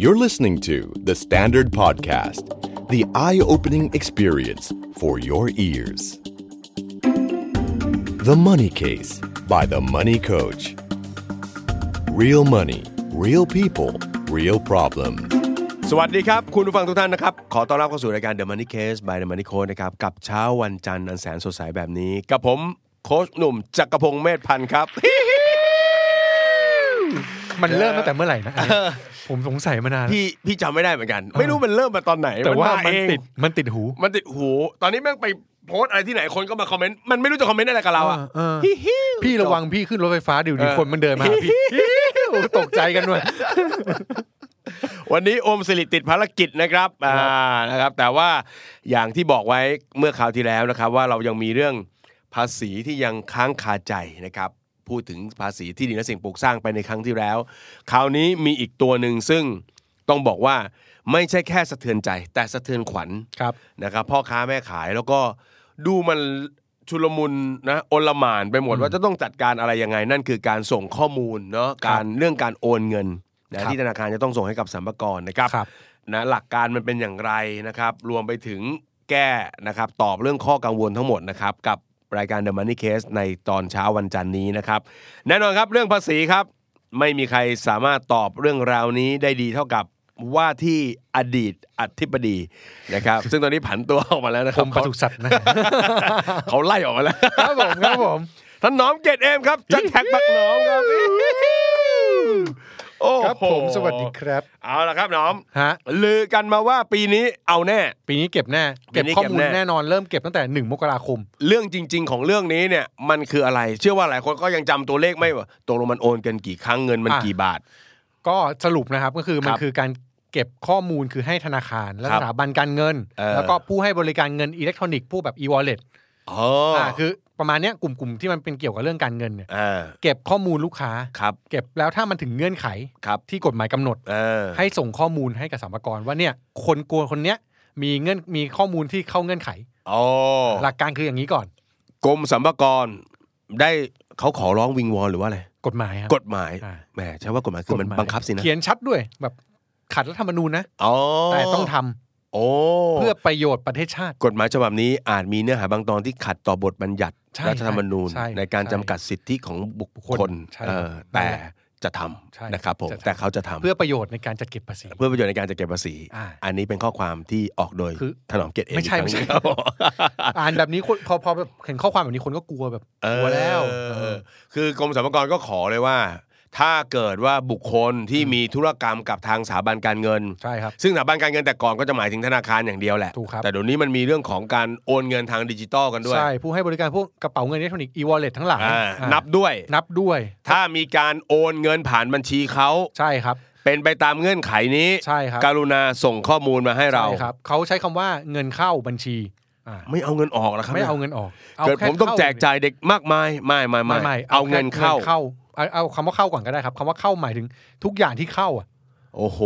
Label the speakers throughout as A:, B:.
A: You're listening to The Standard Podcast, the eye opening experience for your ears. The Money Case by The Money Coach. Real money, real people, real problem.
B: สวัสดีครับ คุณผู้ฟังทุกท่านนะครับ ขอต้อนรับเข้าสู่รายการ The Money Case by The Money Coach นะครับ กับเช้าวันจันทร์อันแสนสดใสแบบนี้ กับผมโค้ชหนุ่มจักรพงศ์เมธพันธ์ครับ
C: มันเริ่มตั้งแต่เมื่อไหร่นะอันเนี้ยผมสงสัยมานานแล้ว
B: พี่พี่จำไม่ได้เหมือน กัน ไม่รู้มันเริ่มมาตอนไหน
C: แต่ว่า
B: เอ
C: มัน
B: ง
C: ติดมันติดหู
B: มันติดหู ตอนนี้แม่งไปโพสต์อะไรที่ไหนคนก็มาคอมเมนต์มันไม่รู้จะคอมเมนต์อะไรกับเราอ่ะ
C: เออเออ
B: ฮิฮิว
C: พี่ระวังพี่ขึ้นรถไฟฟ้าเดี๋ยวดี
B: เออ
C: คนมันเดินมาหาพี่ โอ้ตกใจกันด้วย
B: วันนี้โอมสิริติดภารกิจนะครับอ่านะครับ แต่ว่าอย่างที่บอกไว้เมื่อคราวที่แล้วนะครับ ว่าเรายังมีเรื่องภาษีที่ยังค้างคาใจนะครับ พูดถึงภาษีที่ดินและสิ่งปลูกสร้างไปในครั้งที่แล้ว คราวนี้มีอีกตัวหนึ่งซึ่งต้องบอกว่าไม่ใช่แค่สะเทือนใจ แต่สะเทือนขวัญ
C: ครับ
B: นะครับ พ่อค้าแม่ขายแล้วก็ดูมันชุลมุนนะโอลหมานไปหมดว่าจะต้องจัดการอะไรยังไง นั่นคือการส่งข้อมูลเนาะการเรื่องการโอนเงินนะครับ ที่ ธนาคารจะต้องส่งให้กับสัมภากรนะครับ
C: ครับ
B: นะหลักการมันเป็นอย่างไรนะครับ รวมไปถึงแก้นะครับ ตอบเรื่องข้อกังวลทั้งหมดนะครับ กับรายการ The Money Case ในตอนเช้าวันจันทร์นี้นะครับ แน่นอนครับเรื่องภาษีครับ ไม่มีใครสามารถตอบเรื่องราวนี้ได้ดีเท่ากับว่าที่อดีตอธิบดีนะครับ ซึ่งตอนนี้ผันตัวออกมาแล้วนะค
C: ผ
B: รับ
C: มประถุสัตว์นะ
B: เขาไล่ออกมาแล้ว
C: ครับผมครับผม
B: ท่านหน้อมเกตเอมครับจักรแท็กบักหน้อมครับโอ้โห
C: ครับผมสวัสดีครับ
B: เอาละครับหน้อม
C: ฮะ
B: ลือกันมาว่าปีนี้เอาแน่
C: ปีนี้เก็บแน่
B: ปี
C: เก็บ
B: นี้
C: ข้อ
B: เก็บ
C: มูล
B: แน่
C: แน่นอนเริ่มเก็บตั้งแต่ 1 มกราคม
B: เรื่องจริง ๆ ของเรื่องนี้เนี่ยมันคืออะไร เชื่อว่าหลายคนก็ยังจำตัวเลขไม่ว่าตกลงมันโอนกันกี่ครั้งเงินมัน
C: อ่ะ
B: กี่บาท
C: ก็สรุปนะครับก็คือ
B: ค
C: มั
B: น รับ
C: คือการเก็บข้อมูลคือให้ธนาคารและ
B: ครั
C: ส
B: บ
C: ถาบันการเงิน
B: เออ
C: แล้วก็ผู้ให้บริการเงินอิเล็กทรอนิกส์ผู้แบบ e-wallet
B: อ๋อ
C: อ่าคือประมาณเนี้ยกลุ่มๆที่มันเป็นเกี่ยวกับเรื่องการเงินเนี่ย
B: อ่า
C: เก็บข้อมูลลูกค้า
B: ครับ
C: เก็บแล้วถ้ามันถึงเงื่อนไข
B: ครับ
C: ที่กฎหมายกำหนด
B: เออ
C: ให้ส่งข้อมูลให้กับสัมภากรว่าเนี่ยคนกวนคนเนี้ยมีเงื่อนมีข้อมูลที่เข้าเงื่อนไข
B: อ๋อ
C: หลักการคืออย่างนี้ก่อน
B: กรมสรรพากรได้เขาขอร้องวิงวอนหรือว่าอะไร
C: กฎหมายครับ
B: กฎหมาย
C: อ่า
B: แหมใช่ว่ากฎหมายคือมัน
C: กฎหย
B: บังคับสินะ
C: เขียนชัดด้วยแบบขัดรัฐธรรมนูญนะ
B: อ๋อ
C: แต่ต้องทำ
B: โอ้
C: เพื่อประโยชน์ประเทศชาติ
B: กฎหมายฉบับนี้อาจมีเนื้อหาบางตอนที่ขัดต่อบทบัญญัติ
C: ใช่
B: รัฐธรรมนูญ
C: ใช่ใช่
B: ในการจำกัดสิทธิของบุคค
C: ค
B: ล
C: นใช่
B: เออแต่จะท
C: ใช่
B: ำนะครับผม
C: จะทำ
B: แต่เขาจะทำ
C: เพื่อประโยชน์ในการจัดเก็บภาษี
B: เพื่อประโยชน์ในการจัดเก็บภาษี
C: อ่า
B: อันนี้เป็นข้อความที่ออกโดย
C: คือ
B: ถนอมเกียรติเอง
C: ไม่ใช่ไม่ใช่
B: ครับผม
C: อ่านแบบนี้คนพอพอแบบเห็นข้อความแบบนี้คนก็กลัวแบบ
B: เอกอ
C: ลัวแล้วเอ
B: เอ
C: อ
B: อคือกรมสรรพากรก็ขอเลยว่า ถ้าเกิดว่าบุคคลที่
C: อืม
B: มีธุรกรรมกับทางสถาบันการเงิน
C: ใช่ครับ
B: ซึ่งสถาบันการเงินแต่ก่อนก็จะหมายถึงธนาคารอย่างเดียวแหละ
C: ถูกครับ
B: แต่เดี๋ยวนี้มันมีเรื่องของการโอนเงินทางดิจิตอลกันด้วย
C: ใช่ผู้ให้บริการพวกกระเป๋าเงินอิเล็กทรอนิกส์ e-wallet ทั้งหลาย
B: อ่า
C: อ่า
B: นับด้วย
C: นับด้วย
B: ถ้ามีการโอนเงินผ่านบัญชีเขา
C: ใช่ครับ
B: เป็นไปตามเงื่อนไขนี้
C: ใช่ครับ
B: การุณาส่งข้อมูลมาให้เรา
C: ใช่ครับเขาใช้คำว่าเงินเข้าบัญชีอ่า
B: ไม่เอาเงินออกแล้วครับ
C: ไม่
B: นี่ย
C: เอาเงินออก
B: เกิด
C: ค่
B: ผมต้องแจกจ่ายเด็กมากมายไม่ไม่
C: ไม่
B: ไม่
C: ไม่
B: เอาเงินเข้า
C: แค่เอาเอาคำว่าเข้าก่อนก็ได้ครับคำว่าเข้าหมายถึงทุกอย่างที่เข้าอ่ะ
B: โอ้โห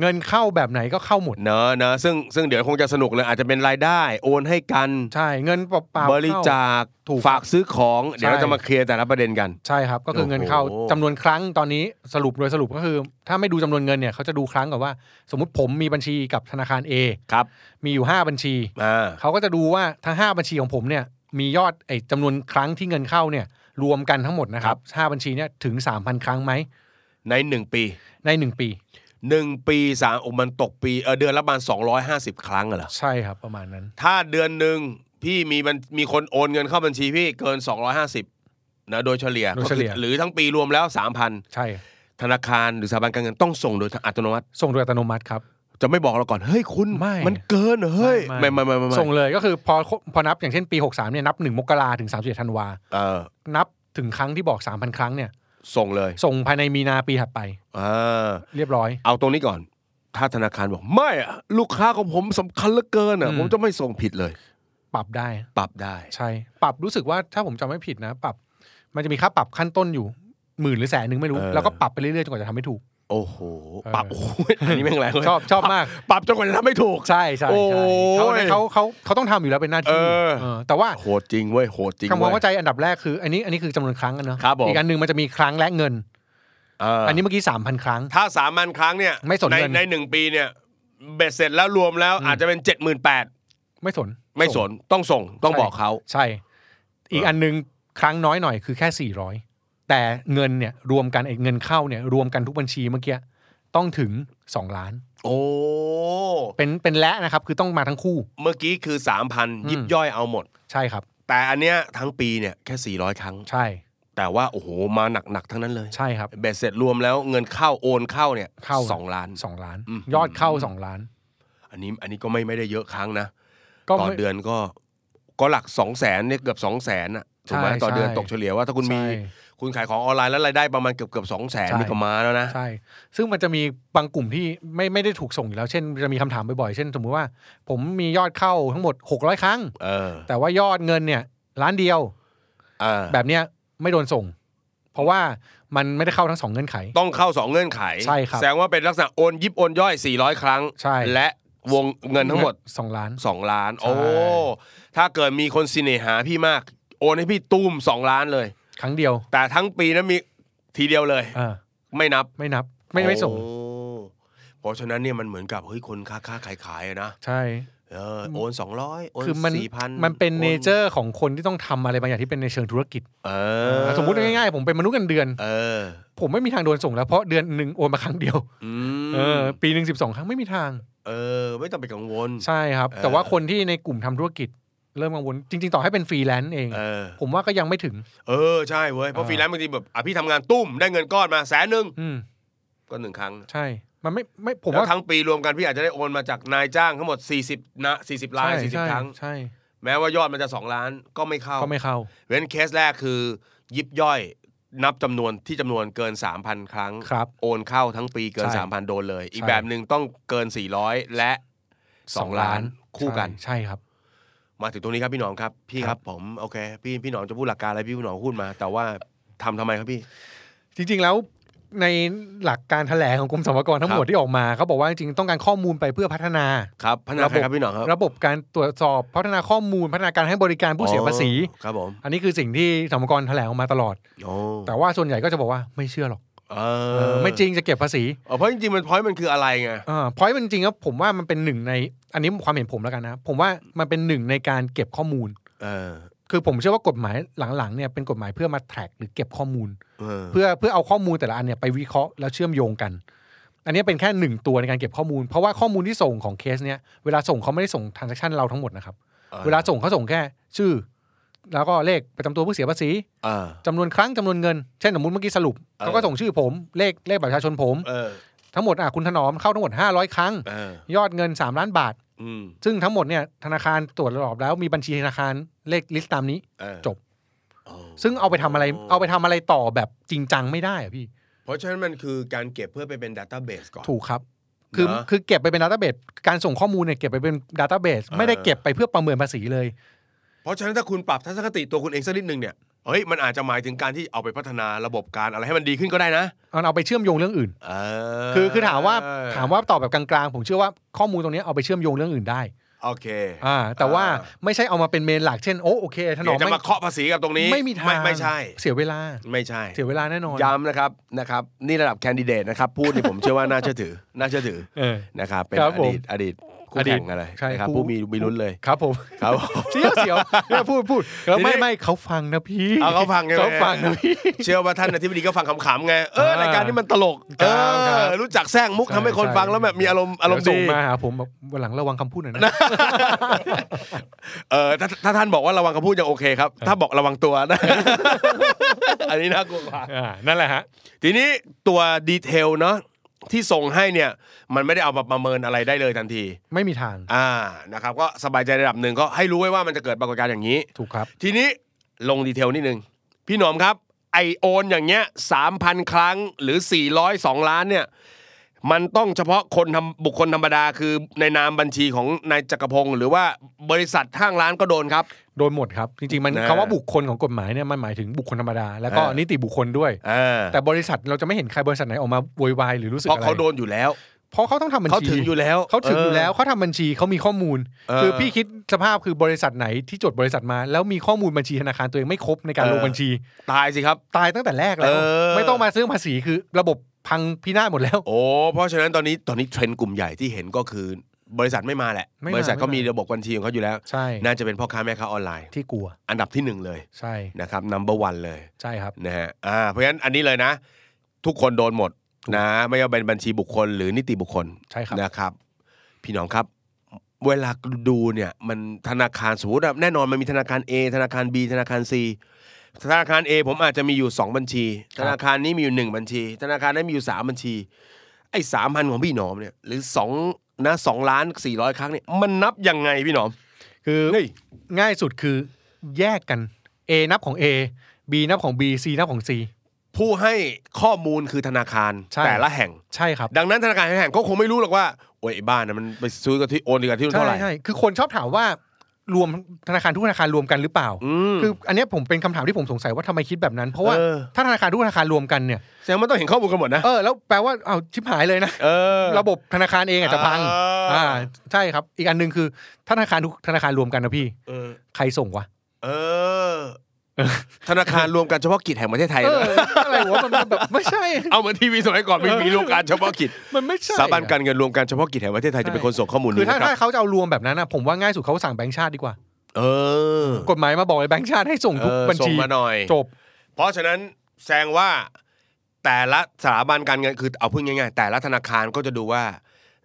C: เงินเข้าแบบไหนก็เข้าหมด
B: เนอะเนอะซึ่งซึ่งเดี๋ยวคงจะสนุกเลยอาจจะเป็นรายได้ โอนให้กัน
C: ใช่เงินเปล่าๆ
B: บริ
C: เข้า
B: จาค
C: ถูก
B: ฝากซื้อของ เดี๋ยวเรา
C: ใช่
B: จะมาเคลียร์แต่ละประเด็นกัน
C: ใช่ครับก็คือเงินเข้า
B: โอ้โห
C: จำนวนครั้งตอนนี้สรุปโดยสรุปก็คือ ถ้าไม่ดูจำนวนเงินเนี่ยเขาจะดูครั้งก่อนว่า สมมติผมมีบัญชีกับธนาคาร A
B: ครับ
C: มีอยู่ 5 บัญชี
B: อ่า
C: เขาก็จะดูว่าทั้ง 5 บัญชีของผมเนี่ยมียอดไอ้จำนวนครั้งที่เงินเข้าเนี่ยรวมกันทั้งหมดนะครับห้าบัญชีเนี่ยถึง 3,000 ครั้งไหม
B: ใน 1 ปี
C: ใน 1 ปี
B: 1 ปีสามโอ้มันตกปีเออเดือนละประมาณ250 ครั้งเหรอ
C: ใช่ครับประมาณนั้น
B: ถ้าเดือนหนึ่งพี่มีมันมีคนโอนเงินเข้าบัญชีพี่เกิน 250นะโดยเฉลี่ย
C: โดยเฉลี่ย
B: ก็คือหรือทั้งปีรวมแล้ว
C: ใช่
B: 3,000 ธนาคารหรือสถาบันการเงินต้องส่งโดยอัตโนมัติ
C: ส่งโดยอัตโนมัติครับ
B: จะไม่บอกเราก่อน เฮ้ยคุณ
C: ไม่
B: นเกินเหรอเฮ้ย ไม่ไม่ไม่ไม่ไม่
C: ส่งเลยก็คือพอพอนับอย่างเช่นปี 63เนี่ยนับ 1 มกราถึง31ธันวา
B: เออ
C: นับถึงครั้งที่บอก 3,000 ครั้งเนี่ย
B: ส่งเลย
C: ส่งภายในมีนาปีถัดไป
B: เออ
C: เรียบร้อย
B: เอาตรงนี้ก่อน ถ้าธนาคารบอก ไม่อะลูกค้าของผมสำคัญเหลือเกินอะ
C: อืม
B: ผมจะไม่ส่งผิดเลย
C: ปรับได้
B: ปรับได้
C: ใช่ ปรับรู้สึกว่าถ้าผมจำไม่ผิดนะ ปรับ มันจะมีค่าปรับขั้นต้นอยู่หมื่นหรือแสนหนึ่งไม่รู้
B: เออ
C: แล้วก็ปรับไปเรื่อยๆจนกว่าจะทำให้ถูก
B: โอ้โห
C: เออ
B: ปรับโอ้โห อันนี้แม่งแรงเลย
C: ชอบชอบมาก
B: ปรับจนกว่าจะทำไม่ถูก
C: ใช่ใช่ใช่
B: โอ้
C: เขา
B: ย
C: เขาเขาเขาต้องทำอยู่แล้วเป็นหน้าที่
B: เออ
C: เออแต่ว่า
B: โหดจริงเว้ยโหดจริง
C: คำ
B: เว้
C: ว่าย เข้าใจอันดับแรกคือ อันนี้อันนี้คือจำนวนครั้งอะเนอะ
B: ครับผม
C: อีกอันหนึ่งมันจะมีครั้งและเงิน
B: เอออั
C: อันนี้เมื่อกี้ 3,000 ครั้ง
B: ถ้าสามัญครั้งเนี่ย
C: ไม่สน
B: ใน
C: เงิน
B: ในหนึ่งปีเนี่ยเบ็ดเสร็จแล้วรวมแล้วอาจจะเป็นเจ็ดหมื่นแปด
C: ไม่สน
B: ไม่สนต้องส่งต้อง
C: ใช่
B: บอกเขา
C: ใช่ อีกอันหนึงครั้งน้อยหน่อยคือแค่ 400 แต่เงินเนี่ยรวมกันไอ้เงินเข้าเนี่ยรวมกันทุกบัญชีเมื่อกี้ต้องถึง 2 ล้าน
B: โอ้
C: เป็นเป็นและนะครับคือต้องมาทั้งคู่
B: เมื่อกี้คือสามพัน
C: อืม
B: ยิบย่อยเอาหมด
C: ใช่ครับ
B: แต่อันเนี้ยทั้งปีเนี่ยแค่ 400 ครั้ง
C: ใช่
B: แต่ว่า โอ้โห มาหนัก ๆ ทั้งนั้นเลย
C: ใช่ครับ
B: เบ็ดเสร็จรวมแล้วเงินเข้าโอนเข้าเนี่ย
C: เข้า
B: สองล้าน
C: สองล้าน
B: อืม
C: ยอดเข้าสองล้าน
B: อันนี้อันนี้ก็ไม่ไม่ได้เยอะครั้งนะ
C: ก็
B: ต่อ
C: ไม่
B: เดือนก็ก็หลัก2 0 0แสนเนี่ยเกือบ2 0 0แสนอ่ะถูกไหม
C: ใช่
B: ต่อเดือน
C: ใช่
B: ตกเฉลี่ยว่าถ้าคุณมี
C: ใช่
B: คุณขายของออนไลน์แล้วรายได้ประมาณเกือบเกือบสองแสน
C: ใช่
B: นี่ก็มาแล้วนะ
C: ใช่ ซึ่งมันจะมีบางกลุ่มที่ไม่ไม่ได้ถูกส่งอยู่แล้ว เช่น จะมีคำถามบ่อยๆ เช่น สมมุติว่า ผมมียอดเข้าทั้งหมด 600 ครั้ง
B: เออ
C: แต่ว่ายอดเงินเนี่ยล้านเดียว
B: เออ
C: แบบเนี้ยไม่โดนส่ง เพราะว่ามันไม่ได้เข้าทั้งสองเงื่อนไข
B: ต้องเข้า 2 เงื่อนไข
C: ใช่ครับ
B: แสดงว่าเป็นลักษณะโอนยิบโอนย่อย 400 ครั้ง
C: ใช่
B: และวงเงินทั้งหมด
C: 2ล้าน
B: 2 ล้าน
C: ใช่
B: โอ้ ถ้าเกิดมีคนสิเนหาพี่มาก โอนให้พี่ตุ้ม 2 ล้านเลย
C: ครั้งเดียว
B: แต่ทั้งปีนั้นมีทีเดียวเลย
C: อ่า
B: ไม่นับ
C: ไม่นับไม่ไม่ส่ง
B: โอ้เพราะฉะนั้นเนี่ยมันเหมือนกับเฮ้ยคนค้าค้าขายขายอะนะ
C: ใช่
B: เออโอนสองร้อยโอน
C: คือมัน
B: สี่พัน
C: มันเป็นเนเจอร์ของคนที่ต้องทำอะไรบางอย่างที่เป็นในเชิงธุรกิจ
B: เออ
C: สมมุติง่ายๆ ผมเป็นมนุษย์เงินเดือน
B: เออ
C: ผมไม่มีทางโดนส่งแล้วเพราะเดือนหนึ่งโอนมาครั้งเดียว
B: อืม
C: เออปีหนึ่งสิบสองครั้งไม่มีทาง
B: เออ ไม่ต้องไปกังวล
C: ใช่ครับ
B: เออ
C: แต่ว่าคนที่ในกลุ่มทำธุรกิจ เริ่มกังวลจริง ๆ ต่อให้เป็นฟรีแลนซ์เอง
B: เออ
C: ผมว่าก็ยังไม่ถึง
B: เออ ใช่เว้ย เพราะ
C: เออ
B: ฟรีแลนซ์บางทีแบบอ่ะพี่ทำงานตุ้มได้เงินก้อนมาแสนหนึ่ง
C: อืม
B: ก็หนึ่งครั้ง
C: ใช่ มันไม่ไม่ผม
B: แล้ว
C: ว่า
B: ทั้งปีรวมกันพี่อาจจะได้โอนมาจากนายจ้างทั้งหมด 40 นะ 40 ล้าน
C: ใช่
B: 40 ครั้ง
C: ใช่ใช
B: แม้ว่ายอดมันจะ 2 ล้านก็ไม่เข้า
C: ่ก็ไม่เข้า
B: เว้นเคสแรกคือ ยิบย่อยนับจำนวนที่จำนวนเกิน 3,000 ครั้ง
C: ครับ
B: โอนเข้าทั้งปีเกิน
C: ใช่
B: 3,000 โดนเลย อีก
C: ใช่
B: แบบหนึ่งต้องเกิน 400 และ 2 ล้านคู่กัน
C: ใช่ใช่ครับ
B: มาถึงตรงนี้ครับพี่หนอมครับ พี่
C: ค
B: ค
C: รั
B: รับ บผมโอเค พี่พี่หนอมจะพูดหลักการอะไรพี่หนอมพูดมา แต่ว่าทำทำไมครับพี่
C: จริง ๆ แล้วในหลักการแถลงของกรมสรรพากรทั้งห
B: ค
C: ม
B: รั
C: ด
B: บ
C: ที่ออกมาเขาบอกว่าจริงๆต้องการข้อมูลไปเพื่อพัฒนา
B: ครับพัฒนาใครครับพี่หนอมครับ
C: ระบบการตรวจสอบพัฒนาข้อมูลพัฒนาการให้บริการผู้เสียภาษี
B: อ๋อครับผม
C: อันนี้คือสิ่งที่สรรพากรแถลงออกมาตลอด
B: โอ้
C: แต่ว่าส่วนใหญ่ก็จะบอกว่าไม่เชื่อหรอก
B: เอ
C: เอ
B: อ
C: อไม่จริงจะเก็บภาษี
B: เออเพราะจริงๆมันพอยมันคืออะไรไง
C: พอยต์จริงๆครับผมว่ามันเป็นหนึ่งในอันนี้ความเห็นผมแล้วกันนะผมว่ามันเป็นหนึ่งในการเก็บข้อมูล
B: เออ
C: คือผมเชื่อว่ากฎหมายหลังๆเนี่ยเป็นกฎหมายเพื่อมาแทร็กหรือเก็บข้อมูล
B: เออ
C: เพื่อเพื่อเอาข้อมูลแต่ละอันเนี่ยไปวิเคราะห์แล้วเชื่อมโยงกัน อันนี้เป็นแค่หนึ่งตัวในการเก็บข้อมูล เพราะว่าข้อมูลที่ส่งของเคสเนี่ยเวลาส่งเขาไม่ได้ส่งทรานซัคชันเราทั้งหมดนะครับเวลาส่งเขาส่งแค่ชื่อ แล้วก็เลขประจำตัวผู้เสียภาษี
B: เออ
C: จำนวนครั้งจำนวนเงินเช่นสมมติเมื่อกี้สรุป
B: เออ
C: เขาก็ส่งชื่อผมเลขเลขบัตรประชาชนผม
B: เออ
C: ทั้งหมดอ่ะคุณถนอมเข้าทั้งหมด 500 ครั้ง
B: เออย
C: อดเงิน 3 ล้านบาท
B: อืม
C: ซึ่งทั้งหมดเนี่ยธนาคารตรวจสอบแล้วมีบัญชีธนาคารเลขลิสต์ตามนี้
B: เออ
C: จบ
B: โอ้
C: ซึ่งเอาไปทำอะไรเอาไปทำอะไรต่อแบบจริงจังไม่ได้อะพี่
B: เพราะฉะนั้นมันคือการเก็บเพื่อไปเป็นดัตต้าเบสก่อน
C: ถูกครับ คือ
B: นะ
C: คือเก็บไปเป็นดัตต้าเบสการส่งข้อมูลเนี่ยเก็บไปเป็นดัตต้าเบสไม่ได้เก็บไปเพื่อประเมินภาษีเลย
B: เพราะฉะนั้นถ้าคุณปรับทัศนคติตัวคุณเองสักนิดหนึงเนี่ยเฮ้ยมันอาจจะหมายถึงการที่เอาไปพัฒนาระบบการอะไรให้มันดีขึ้นก็ได้นะ
C: มันเอาไปเชื่อมโยงเรื่องอื่น
B: เออ
C: คือคือถามว่าถามว่าตอบแบบกลางๆ ผมเชื่อว่าข้อมูลตรงเนี้ยเอาไปเชื่อมโยงเรื่องอื่นได้
B: โอเค
C: อ่าแต่ว่า
B: อ่า
C: ไม่ใช่เอามาเป็นเมนหลักเช่นโอ้โอเคถน
B: เดี๋ย
C: อ
B: ว
C: ม
B: จะ
C: ไม่
B: มาเคาะภาษีกับตรงนี้
C: ไม่มีทาง
B: ไม่ใช่
C: เสียเวลา
B: ไม่ใช่
C: เสียเวลาแน่นอน
B: ย้ำนะครับนะครับ นี่ระดับแคนดิเดตนะครับ พูดนี่ผมเชื่อว่าน่าเชื่อถือ น่าเชื่อถือ
C: เออ
B: นะครับเป็น
C: ครับ
B: อ
C: ผม
B: ดีตอดีตคู่แข่ง
C: อดีต
B: อะไร
C: ใช่
B: นะครับ
C: ผู้
B: ผู้มีมีลุ้นเลย
C: ครับผม
B: ครับ
C: เสียวเสียวเนี่ยพูดพูดแล้ว
B: ที
C: ไม่
B: นี้
C: ไม่เขาฟังนะพี่
B: เอาเขาฟังไง
C: เขาฟังนะพี่
B: เชื่อว่าท่านอธิบดีก็ฟังขำๆไง เออ
C: อ่าร
B: รายการนี้มันตลก
C: ค
B: เอ
C: รับครับ
B: อ รู้จักแซงมุก
C: ใช่
B: ทำให้คน
C: ใช่
B: ฟังแล้วแบบมีอารมณ์อารมณ์
C: เดี๋ยวส่
B: ดี
C: งมาหาผมแบบวันหลังระวังคำพูดหน่อยนะ
B: เออถ้าถ้าท่านบอกว่าระวังคำพูดยังโอเคครับ ถ้าบอกระวังตัวนะ อันนี้น่ากลัวกว่า
C: อ่านั่นแหละฮะ
B: ทีนี้ตัวดีเทลเนาะที่ส่งให้เนี่ย มันไม่ได้เอามาประเมินอะไรได้เลยทันที
C: ไม่มีทาง
B: อ่านะครับ ก็สบายใจระดับหนึ่งก็ให้รู้ไว้ว่ามันจะเกิดปรากฏการณ์อย่างนี้
C: ถูกครับ
B: ทีนี้ลงดีเทลนิดนึง พี่หนอมครับ ไอโอนอย่างเงี้ยสามพันครั้งหรือ 402 ล้านเนี่ย มันต้องเฉพาะคนทำบุคคลธรรมดาคือในนามบัญชีของนายจักรพงศ์หรือว่าบริษัทห้างร้านก็โดนครับ
C: โดนหมดครับ จริงๆ มัน
B: นะ
C: คำว่าบุคคลของกฎหมายเนี่ยมันหมายถึงบุคคลธรรมดา แล้วก็นิติบุคคลด้วย
B: อ่า
C: แต่บริษัทเราจะไม่เห็นใครบริษัทไหนออกมาโวยวายหรือรู้สึก
B: เพราะ
C: อะไร
B: เขาโดนอยู่แล้ว
C: เพราะเขาต้องทำบัญชี
B: เขาถึงอยู่แล้ว
C: เขาถึงอยู่แล้วเขาทำบัญชีเขามีข้อมูล
B: เออ
C: คือพี่คิดสภาพคือบริษัทไหนที่จดบริษัทมา แล้วมีข้อมูลบัญชีธนาคารตัวเองไม่ครบในการ
B: เออ
C: ลงบัญชี
B: ตายสิครับ
C: ตายตั้งแต่แรกแล้ว
B: เออ
C: ไม่ต้องมาซื้อภาษีคือระบบพังพินาศหมดแล้ว
B: โอ้เพราะฉะนั้นตอนนี้ตอนนี้เทรนด์กลุ่มใหญ่ที่เห็นก็คือบริษัทไม่มาแหละ
C: ไม่มา
B: บริษัทเขา
C: ไม่
B: มี
C: มาี
B: ระบบบัญชีของเขาอยู่แล้ว
C: ใช่
B: น่าจะเป็นพ่อค้าแม่ค้าออนไลน์
C: ที่กลัว
B: อันดับที่หนึ่งเลย
C: ใช่
B: นะครับ number one เลย
C: ใช่ครับ
B: นะฮะอ่าเพราะฉะนั้นอันนี้เลยนะ ทุกคนโดนหมดนะ ไม่ว่าเป็นบัญชีบุคคลหรือนิติบุคคล
C: ใช่ครับ
B: นะครับ พี่น้องครับ เวลาดูเนี่ยมันธนาคารสมมติอะแน่นอนมันมีธนาคาร A ธนาคาร B ธนาคาร C ธนาคาร A ผมอาจจะมีอยู่ 2 บัญชี
C: ครั
B: ธ
C: บ
B: นาคารนี้มีอยู่ 1 บัญชี ธนาคารนั้นมีอยู่ 3 บัญชี ไอ้สามพันของพี่หนอมเนี่ยหรือ2นะสองล้านสี่ร้อยครั้งเนี่ยมันนับยังไงพี่หนอม
C: คือ
B: เฮ้ย
C: ง่ายสุดคือแยกกัน A นับของ A B นับของ B C นับของ C
B: ผู้ให้ข้อมูลคือธนาคาร
C: ใช่
B: แต่ละแห่ง
C: ใช่ครับ
B: ดังนั้นธนาคารแต่ละแห่งก็คงไม่รู้หรอกว่าโอ้ยไอ้บ้านนะมันไปซื้อกับที่โอนกับที่นู่น
C: ใช่
B: เท่าไหร่
C: ใช่คือคนชอบถามว่ารวมธนาคารทุกธนาคารรวมกันหรือเปล่า
B: อืม
C: คืออันเนี้ยผมเป็นคำถามที่ผมสงสัยว่าทำไมคิดแบบนั้น เพราะว่า
B: เออ
C: ถ้าธนาคารทุกธนาคารรวมกันเนี่ย
B: แสดงว่าต้องเห็นข้อมูลกันหมดนะ
C: เออแล้วแปลว่าเอาชิบหายเลยนะ
B: เออ
C: ระบบธนาคารเองอาจจะพัง
B: อ่า
C: อ่าใช่ครับ อีกอันหนึ่งคือธนาคารทุกธนาคารรวมกันนะพี่
B: เออ
C: ใครส่งวะ
B: เออ ธนาคารรวมการเฉพาะกิจแห่งประเทศไทย
C: เออ
B: นะ
C: อะไรวะมันมันแบบไม่ใช่
B: เอาเหมือนทีวีสมัยก่อนไม่มีรวมการเฉพาะกิจ
C: มันไม่ใช่
B: สถาบัน
C: อะ
B: การเงินรวมการเฉพาะกิจแห่งประเทศไทยจะเป็นคนส่งข้อมูล
C: คือ
B: นี้
C: ถ้า
B: นะค
C: ถ้า
B: รับ
C: เขาจะเอารวมแบบนั้นนะผมว่าง่ายสุดเขาสั่งแบงค์ชาติดีกว่า
B: เออก
C: ฎหมายมาบอกเลยแบงค์ชาติให้ส่ง
B: เอ
C: ทุก
B: อ
C: บัญ
B: ส่ง
C: ชี
B: มาหน่อย
C: จบ
B: เพราะฉะนั้นแสดงว่าแต่ละสถาบันการเงินคือเอาพูดง่ายๆ แต่ละธนาคารก็จะดูว่า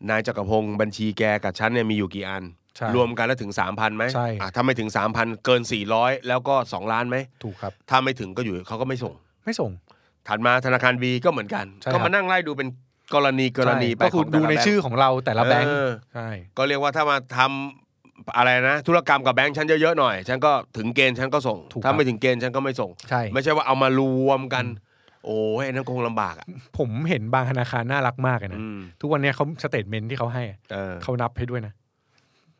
B: นายจักรพงศ์บัญชีแกกับฉันเนี่ยมีอยู่กี่อัน
C: ใช่
B: รวมกันแล้วถึง 3,000ไหม
C: ใช่
B: อ่ะถ้าไม่ถึง 3,000 เกิน 400 แล้วก็ 2 ล้านไหม
C: ถูกครับ
B: ถ้าไม่ถึงก็อยู่เขาก็ไม่ส่ง
C: ไม่ส่ง
B: ถัดมาธนาคาร B ก็เหมือนกัน
C: ใช่ครับ
B: ก็มานั่งไล่ดูเป็นกรณีกรณีไป
C: ก็คือ
B: ขง
C: ดู
B: แต่ละ
C: ในชื่อของเราแต่ละแบงค์
B: เออ
C: ใช่
B: ก็เรียกว่าถ้ามาทำอะไรนะ ธุรกรรมกับแบงค์ฉันเยอะๆหน่อย ฉันก็ถึงเกณฑ์ฉันก็ส่ง ถ้าไม่ถึงเกณฑ์ฉันก็ไม่ส่ง
C: ใช่
B: ไม่ใช่ว่าเอามารวมกัน โอ้ยอันนั้นคงลำบากอ่ะ
C: ผมเห็นบางธนาคารน่ารักมากเลยนะ
B: อืม
C: ทุกวันเนี้ยเขาสเตทเมนที่เขาให้อะ
B: เออ
C: เขานับให้ด้วยนะ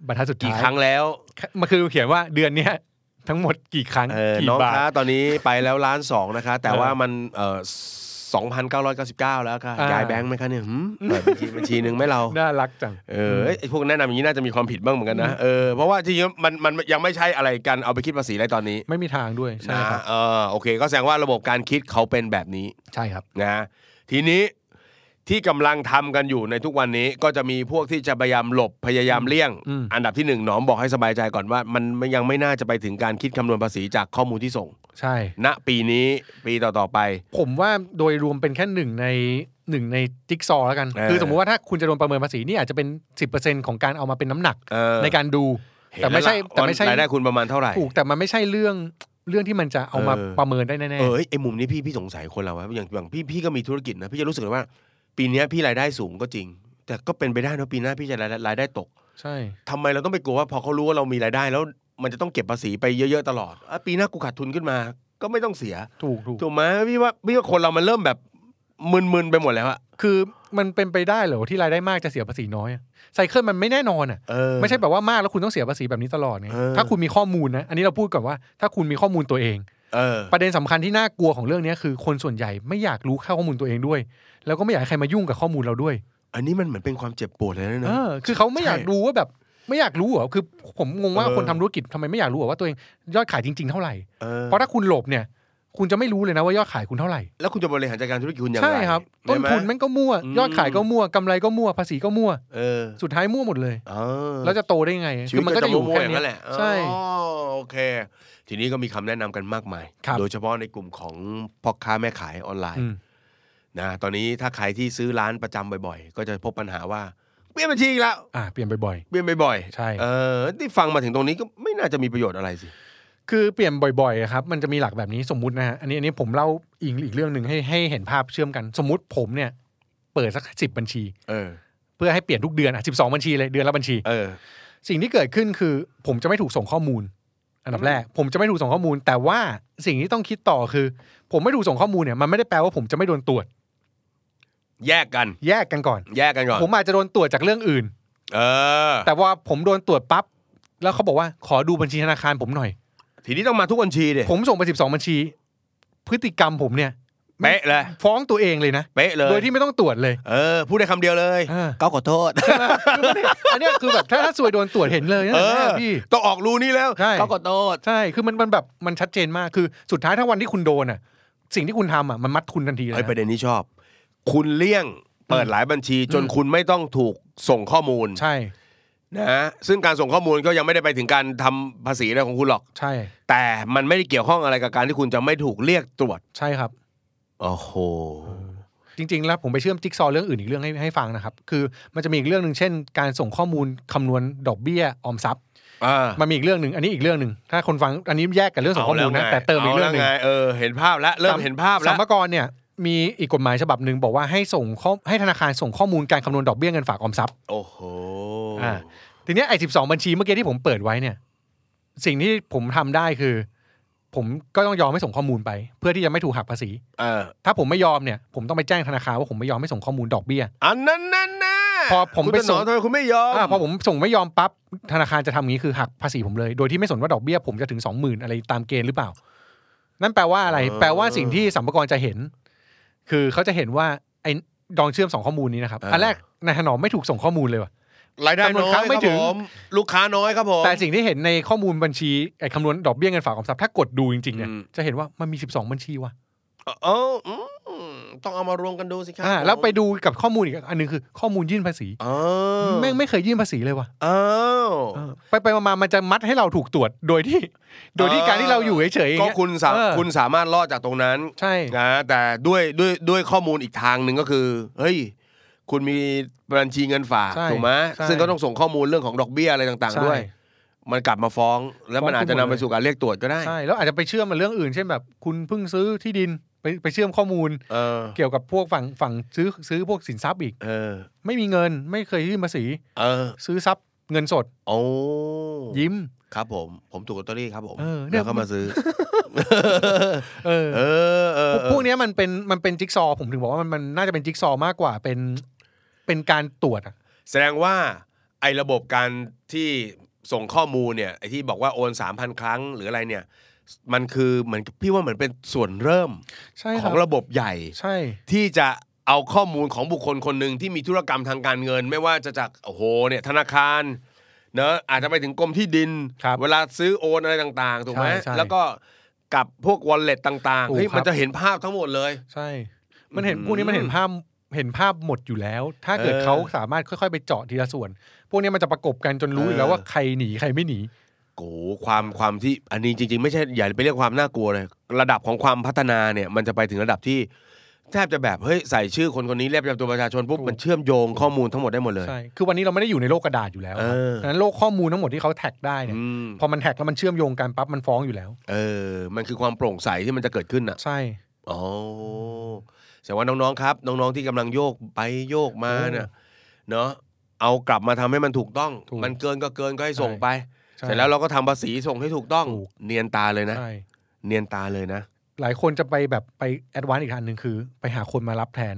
C: บรรทัดสุดท้าย
B: กี่ครั้งแล้ว
C: มันคือเขียนว่าเดือนเนี้ยทั้งหมดกี่ครั้ง
B: เออ
C: กี่
B: น้อง
C: บาท
B: คะตอนนี้ไปแล้วล้านสองนะคะ แต่
C: เออ
B: ว่ามันเออสองพันเก้าร้อยเก้าสิบเก้าแล้วค่ะ
C: อ่า
B: ย้ายแบงค์ไหมคะเนี่ยหืมเปิดบัญชีบัญชีหนึ่งไหมเรา
C: น่ารักจัง
B: เออเอ้ยไอ้พวกแนะนำอย่างนี้น่าจะมีความผิดบ้างเหมือนกันนะเออเพราะว่าจริงๆมันมันมันยังไม่ใช่อะไรกันเอาไปคิดภาษีได้ตอนนี้
C: ไม่มีทางด้วยใช่
B: นะครับ เออโอเค ก็แสดงว่าระบบการคิดเขาเป็นแบบนี้
C: ใช่ครับ
B: นะทีนี้ที่กำลังทำกันอยู่ในทุกวันนี้ก็จะมีพวกที่จะพยายามหลบพยายามเลี่ยง
C: อืม
B: อันดับที่หนึ่งหนอมบอกให้สบายใจก่อนว่า มันยังไม่น่าจะไปถึงการคิดคำนวณภาษีจากข้อมูลที่ส่ง
C: ใช่
B: ณปีนี้ปีต่อ ๆ ไป
C: ผมว่าโดยรวมเป็นแค่หนึ่งในหนึ่งในจิ๊กซอว์แล้วกัน
B: เออ
C: คือสมมุติว่าถ้าคุณจะโดนประเมินภาษีนี่อาจจะเป็น 10%ของการเอามาเป็นน้ำหนัก
B: เออ
C: ในการดู
B: เห็น
C: แต่ไม่ใช่
B: ล้วล่ะ
C: แต่ไม่ใช่
B: ว่ารายได้คุณประมาณเท่าไหร่
C: ถูกแต่มันไม่ใช่เรื่องเรื่องที่มันจะเอามา
B: เออ
C: ประเมินได้แน่
B: เอ้ยไอ้มุมนี้พี่พี่สงสัยคนเราว่าอย่างอย่างพี่พี่ก็มีธุรกิจนะ พี่จะรู้สึกเลยว่า ปีเนี้ยพี่รายได้สูงก็จริง แต่ก็เป็นไปได้นะปีหน้าพี่จะรายได้รายได้ตก
C: ๆ ใช่
B: ทำไมเราต้องไปกลัวว่าพอเขารู้ว่าเรามีรายได้ แล้วมันจะต้องเก็บภาษีไปเยอะๆตลอดอ่ะปีหน้ากูขาดทุนขึ้นมา ก็ไม่ต้องเสีย
C: ถูกถูก
B: ถูกไหมพี่ว่าพี่ว่าคนเรามันเริ่มแบบมึนๆไปหมดแล้วอะ
C: คือมันเป็นไปได้เหรอที่รายได้มากจะเสียภาษีน้อยอะไซเคิลมันไม่แน่นอนอ่ะ
B: เออ
C: ไม่ใช่แบบว่ามากแล้วคุณต้องเสียภาษีแบบนี้ตลอดไง
B: เออ
C: ถ้าคุณมีข้อมูลนะอันนี้เราพูดก่อนว่าถ้าคุณมีข้อมูลตัวเอง
B: เออ
C: ประเด็นสำคัญที่น่ากลัวของเรื่องนี้คือคนส่วนใหญ่ไม่อยากรู้ข้อมูลตัวเองด้วย แล้วก็ไม่อยากให้ใครมายุ่งกับข้อมูลเราด้วย
B: อันนี้มันเหมือนเป็นความเจ็บปวดเลยนะ
C: เอ
B: เนาะ
C: อคือเขาไม่อยาก
B: ใช่
C: รู้ว่าแบบไม่อยากรู้เหรอคือผมงงว่า
B: เออ
C: คนทำธุรกิจทำไมไม่อยากรู้เหรอว่าตัวเองยอดขายจริง ๆ เท่าไหร่
B: เออ
C: เพราะถ้าคุณหลบเนี่ย คุณจะไม่รู้เลยนะว่ายอดขายคุณเท่าไหร่
B: แล้วคุณจะบริหารจัดการธุรกิจคุณอย่างไร
C: ใช่ครับ ต้นทุ
B: ใช่
C: น
B: ไหม
C: แม่งก็มั่ว
B: อืม
C: ยอดขายก็มั่วกำไรก็มั่วภาษีก็มั่ว
B: เออ
C: สุดท้ายมั่วหมดเลย
B: เออ
C: แล้วจะโตได้ไง
B: ชีวิต
C: มั
B: มันก็จะอยู่แค่างนั้นแห
C: เย
B: ละ
C: ใช่
B: อ๋อโอเค ทีนี้ก็มีคำแนะนำกันมากมาย
C: ครับ
B: โดยเฉพาะในกลุ่มของพ่อค้าแม่ขายออนไลน์
C: อืม
B: นะตอนนี้ถ้าใครที่ซื้อร้านประจำบ่อยๆ ก็จะพบปัญหาว่าเปลี่ยนบัญชีอีกแล้ว
C: อ่าเปลี่ยนบ่อย
B: เปลี่ยนบ่อยๆ
C: ใช่
B: เออที่ฟังมาถึงตรงนี้ก็ไม่น่าจะมีประโยชน์อะไรสิ
C: ๆ คือเปลี่ยนบ่อยๆอะครับมันจะมีหลักแบบนี้สมมตินะฮะอันนี้อันนี้ผมเล่าอีกอีกเรื่องหนึ่งให้ให้เห็นภาพเชื่อมกัน สมมติผมเนี่ย เปิดสักสิบบัญชี
B: เออ
C: เพื่อให้เปลี่ยนทุกเดือนอ่ะสิบสองบัญชีเลยเดือนละบัญชี
B: เออ
C: สิ่งที่เกิดขึ้นคือ ผมจะไม่ถูกส่งข้อมูล อันดับแรก ผมจะไม่ถูกส่งข้อมูล แต่ว่าสิ่งที่ต้องคิดต่อคือ ผมไม่ถูกส่งข้อมูลเนี่ยมันไม่ได้แปลว่าผมจะไม่โดนตรวจ
B: แยกกัน
C: แยกกันก่อน
B: แยกกันก่อน
C: ผมอาจจะโดนตรวจจากเรื่องอื่น
B: เออ
C: แต่ว่าผมโดนตรวจปั๊บแล้วเขาบอกว่าขอดูบัญชีธนาคารผมหน่อย
B: ทีนี้ต้องมาทุกบัญชีเด็
C: ผมส่งไป 12 บัญชี พฤติกรรมผมเนี่ย
B: เป๊ะเลย
C: ฟ้องตัวเองเลยนะ
B: เป๊ะเลย
C: โดยที่ไม่ต้องตรวจเลย
B: เออพูดได้คำเดียวเลย
C: อ่า
D: ก็ขอโทษ
C: คือมันเนี่ยอันเนี้ยคือแบบถ้าถ้าซวยโดนตรวจเห็นเลยนะ
B: เออ
C: พี่
B: ต้องออกรูนี่แล้ว
C: ใช่
D: ก็ขอโทษ
C: ใช่ คือมันมันแบบมันชัดเจนมาก คือสุดท้ายถ้าวันที่คุณโดนอ่ะ สิ่งที่คุณทำอ่ะมันมัดคุณทันทีเลย
B: ไอ้ย
C: นะ
B: ประเด็นนี้ชอบ คุณเลี่ยงเปิดหลายบัญชี จน
C: อืม
B: คุณไม่ต้องถูกส่งข้อมูล
C: ใช่
B: นะซึ่งการส่งข้อมูลก็ยังไม่ได้ไปถึงการทำภาษีอะไรของคุณหรอก
C: ใช่
B: แต่มันไม่ได้เกี่ยวข้องอะไรกับการที่คุณจะไม่ถูกเรียกตรวจ
C: ใช่ครับ
B: โอ้โห
C: จริง ๆ แล้วผมไปเชื่อมจิ๊กซอว์เรื่องอื่นอีกเรื่องให้ให้ฟังนะครับ คือมันจะมีอีกเรื่องหนึ่งเช่น การส่งข้อมูลคำนวณดอกเบี้ยออมทรัพย์
B: อ่า
C: มันมีอีกเรื่องหนึ่งอันนี้อีกเรื่องหนึ่งถ้าคนฟังอันนี้แยกกับเรื่องส่งข้อมูล
B: า
C: นะ
B: แวไ
C: แต่เติมอีกเรื่องหนึ่ง
B: าแล้วไเออเห็นภาพแล้วเริ่มเห็นภาพ
C: ส
B: แล้ว
C: มกรเนี่ยมีอีกกฎหมายฉบับหนึ่งบอกว่าให้ส่งข้อให้ธนาคารส่งข้อมูลการคำนวณดอกเบี้ยเงินฝากออมทรัพย์
B: โอ้โห
C: อ่า ทีเนี้ยไอ้สิบสองบัญชีเมื่อกี้ที่ผมเปิดไว้เนี่ย สิ่งที่ผมทำได้คือ ผมก็ต้องยอมให้ส่งข้อมูลไป เพื่อที่จะไม่ถูกหักภาษี
B: เออ
C: ถ้าผมไม่ยอมเนี่ย ผมต้องไปแจ้งธนาคารว่าผมไม่ยอมให้ส่งข้อมูลดอกเบี้ย
B: อันนั้นนั่นนะ
C: พอผม
B: คุณ
C: ไป
B: ถน
C: ส่
B: อง มทำไมคุณไม่ยอม
C: อาพอผมส่งไม่ยอมปั๊บธนาคารจะทำอย่างนี้คือหักภาษีผมเลย โดยที่ไม่สนว่าดอกเบี้ยผมจะถึงสองหมื่นอะไรตามเกณฑ์หรือเปล่า นั่นแปลว่าอะไร แปลว่าสิ่งที่สัมภากระจะเห็น คือเขาจะเห็นว่าไอ้ดองเชื่อมสองข้อมูลนี้นะครับอันแรกนายถนอมไม่ถูกส่งข้อมูลเลยว่ะ
B: รายได้
C: จำนวน
B: น้อ
C: ครั้
B: ย
C: ง
B: ค
C: ไม่
B: รับ
C: ถึ
B: ผ
C: ง
B: มลูกค้าน้อยครับผม
C: แต่สิ่งที่เห็นในข้อมูลบัญชีไอ้คำนวณดอกเบี้ยเงินฝากออมทรัพย์ถ้ากดดูจริงๆเนี่ย
B: อืม
C: จะเห็นว่ามันมี 12 บัญชีว่ะ
B: เอออืมต้องเอามารวมกันดูสิครั
C: อ่าแล้วไปดูกับข้อมูลอีกอันหนึงคือข้อมูลยื่นภาษี
B: เออ
C: แม่งไม่เคยยื่นภาษีเลยว่ะ
B: เอ้าว
C: เออไปไปมามามันจะมัดให้เราถูกตรวจโดยที่ โดยที่การที่เราอยู่เฉยๆอย่าง
B: ก็
C: เงี้ย
B: คุณสาม
C: เออ
B: คุณสามารถรอดจากตรงนั้น
C: ใช่
B: นะแต่ด้วยด้วยด้วยข้อมูลอีกทางหนึ่งก็คือ เฮ้ย คุณมีบัญชีเงินฝาก
C: ใช่
B: ถูกไหม
C: ใช่
B: ซึ่งก็ต้องส่งข้อมูลเรื่องของดอกเบี้ยอะไรต่าง
C: ใช่
B: ๆ ด้วย มันกลับมาฟ้อง แล้วมันอาจจะนำไปสู่การเรียกตรวจก็ได้
C: ใช่แล้วอาจจะไปเชื่อมกับเรื่องอื่น เช่นแบบ คุณเพิ่งซื้อที่ดินไปไปเชื่อมข้อมูล
B: เออ
C: เกี่ยวกับพวกฝั่งฝั่งซื้อซื้อพวกสินทรัพย์อีก
B: เออ
C: ไม่มีเงินไม่เคยยื่นภาษี
B: เออ
C: ซื้อทรัพย์เงินสด
B: โอ้
C: ยิ้ม
B: ครับผม ผมถูกลอตเตอรี่ครับผม
C: เออเนี่ย
B: แล้วก็มาซื้อ
C: เออ
B: เออเออ
C: พวก
B: เออ
C: พวกเนี้ยมันเป็นมันเป็นจิ๊กซอว์ผมถึงบอกว่ามันมันน่าจะเป็นจิ๊กซอว์มากกว่าเป็นเป็นการตรวจอะ
B: แสดงว่าไอ้ระบบการที่ส่งข้อมูลเนี่ยไอ้ที่บอกว่าโอน3,000 ครั้งหรืออะไรเนี่ย มันคือเหมือนพี่ว่าเหมือนเป็นส่วนเริ่ม
C: ใช่
B: ขอ
C: ครับ
B: งระบบใหญ่
C: ใช่
B: ที่จะเอาข้อมูลของบุคคลคนหนึ่งที่มีธุรกรรมทางการเงิน ไม่ว่าจะจากโอ้โหเนี่ยธนาคารเนอะอาจจะไปถึงกรมที่ดิน
C: ครับ
B: เวลาซื้อโอนอะไรต่างๆ ถูกไหม
C: ใช่ใช่
B: แล้วก็กับพวกวอลเล็ตต่าง
C: ถู
B: ๆ
C: ก
B: เฮ้ย
C: ครับ
B: มันจะเห็นภาพทั้งหมดเลย
C: ใช่ มันเห็น
B: อืม
C: พวกนี้มันเห็นภาพเห็นภาพหมดอยู่แล้ว ถ้าเกิด
B: เออ
C: เขาสามารถค่อยๆไปเจาะทีละส่วน พวกนี้มันจะประกบกันจนรู้
B: เอออ
C: ยู่แล้วว่าใครหนีใครไม่หนี
B: โกความความที่อันนี้จริง ๆ ไม่ใช่อย่าไปเรียกความน่ากลัวเลย ระดับของความพัฒนาเนี่ยมันจะไปถึงระดับที่แทบจะแบบเฮ้ยใส่ชื่อคนคนนี้เรียบจำตัวประชาชนปุ๊บ
C: ถูก
B: มันเชื่อมโยงข้อมูลทั้งหมดได้หมดเลย
C: ใช่ คือวันนี้เราไม่ได้อยู่ในโลกกระดาษอยู่แล้ว
B: เออ
C: ฉะนั้นโลกข้อมูลทั้งหมดที่เขาแท็กได้เนี่ย
B: อืม
C: พอมันแท็กแล้วมันเชื่อมโยงกันปั๊บมันฟ้องอยู่แล้ว
B: เออ มันคือความโปร่งใสที่มันจะเกิดขึ้นอ่ะ
C: ใช่
B: อ๋อแสดงว่าน้องๆครับ น้องๆที่กำลังโยกไปโยกมาเนี่ยเนาะเอากลับมาทำให้มันถูกต้อง
C: ถูก
B: มันเกินก็เกินก็ให้ส่ง
C: ใช่
B: ไป
C: ใช่
B: เสร็จแล้วเราก็ทำภาษีส่งให้ถูกต้อง
C: ถูก
B: เนียนตาเลยนะ
C: ใช่
B: เนียนตาเลยนะ
C: หลายคนจะไปแบบไปแอดวานซ์อีกทางหนึ่งคือ ไปหาคนมารับแท
B: ะ
C: น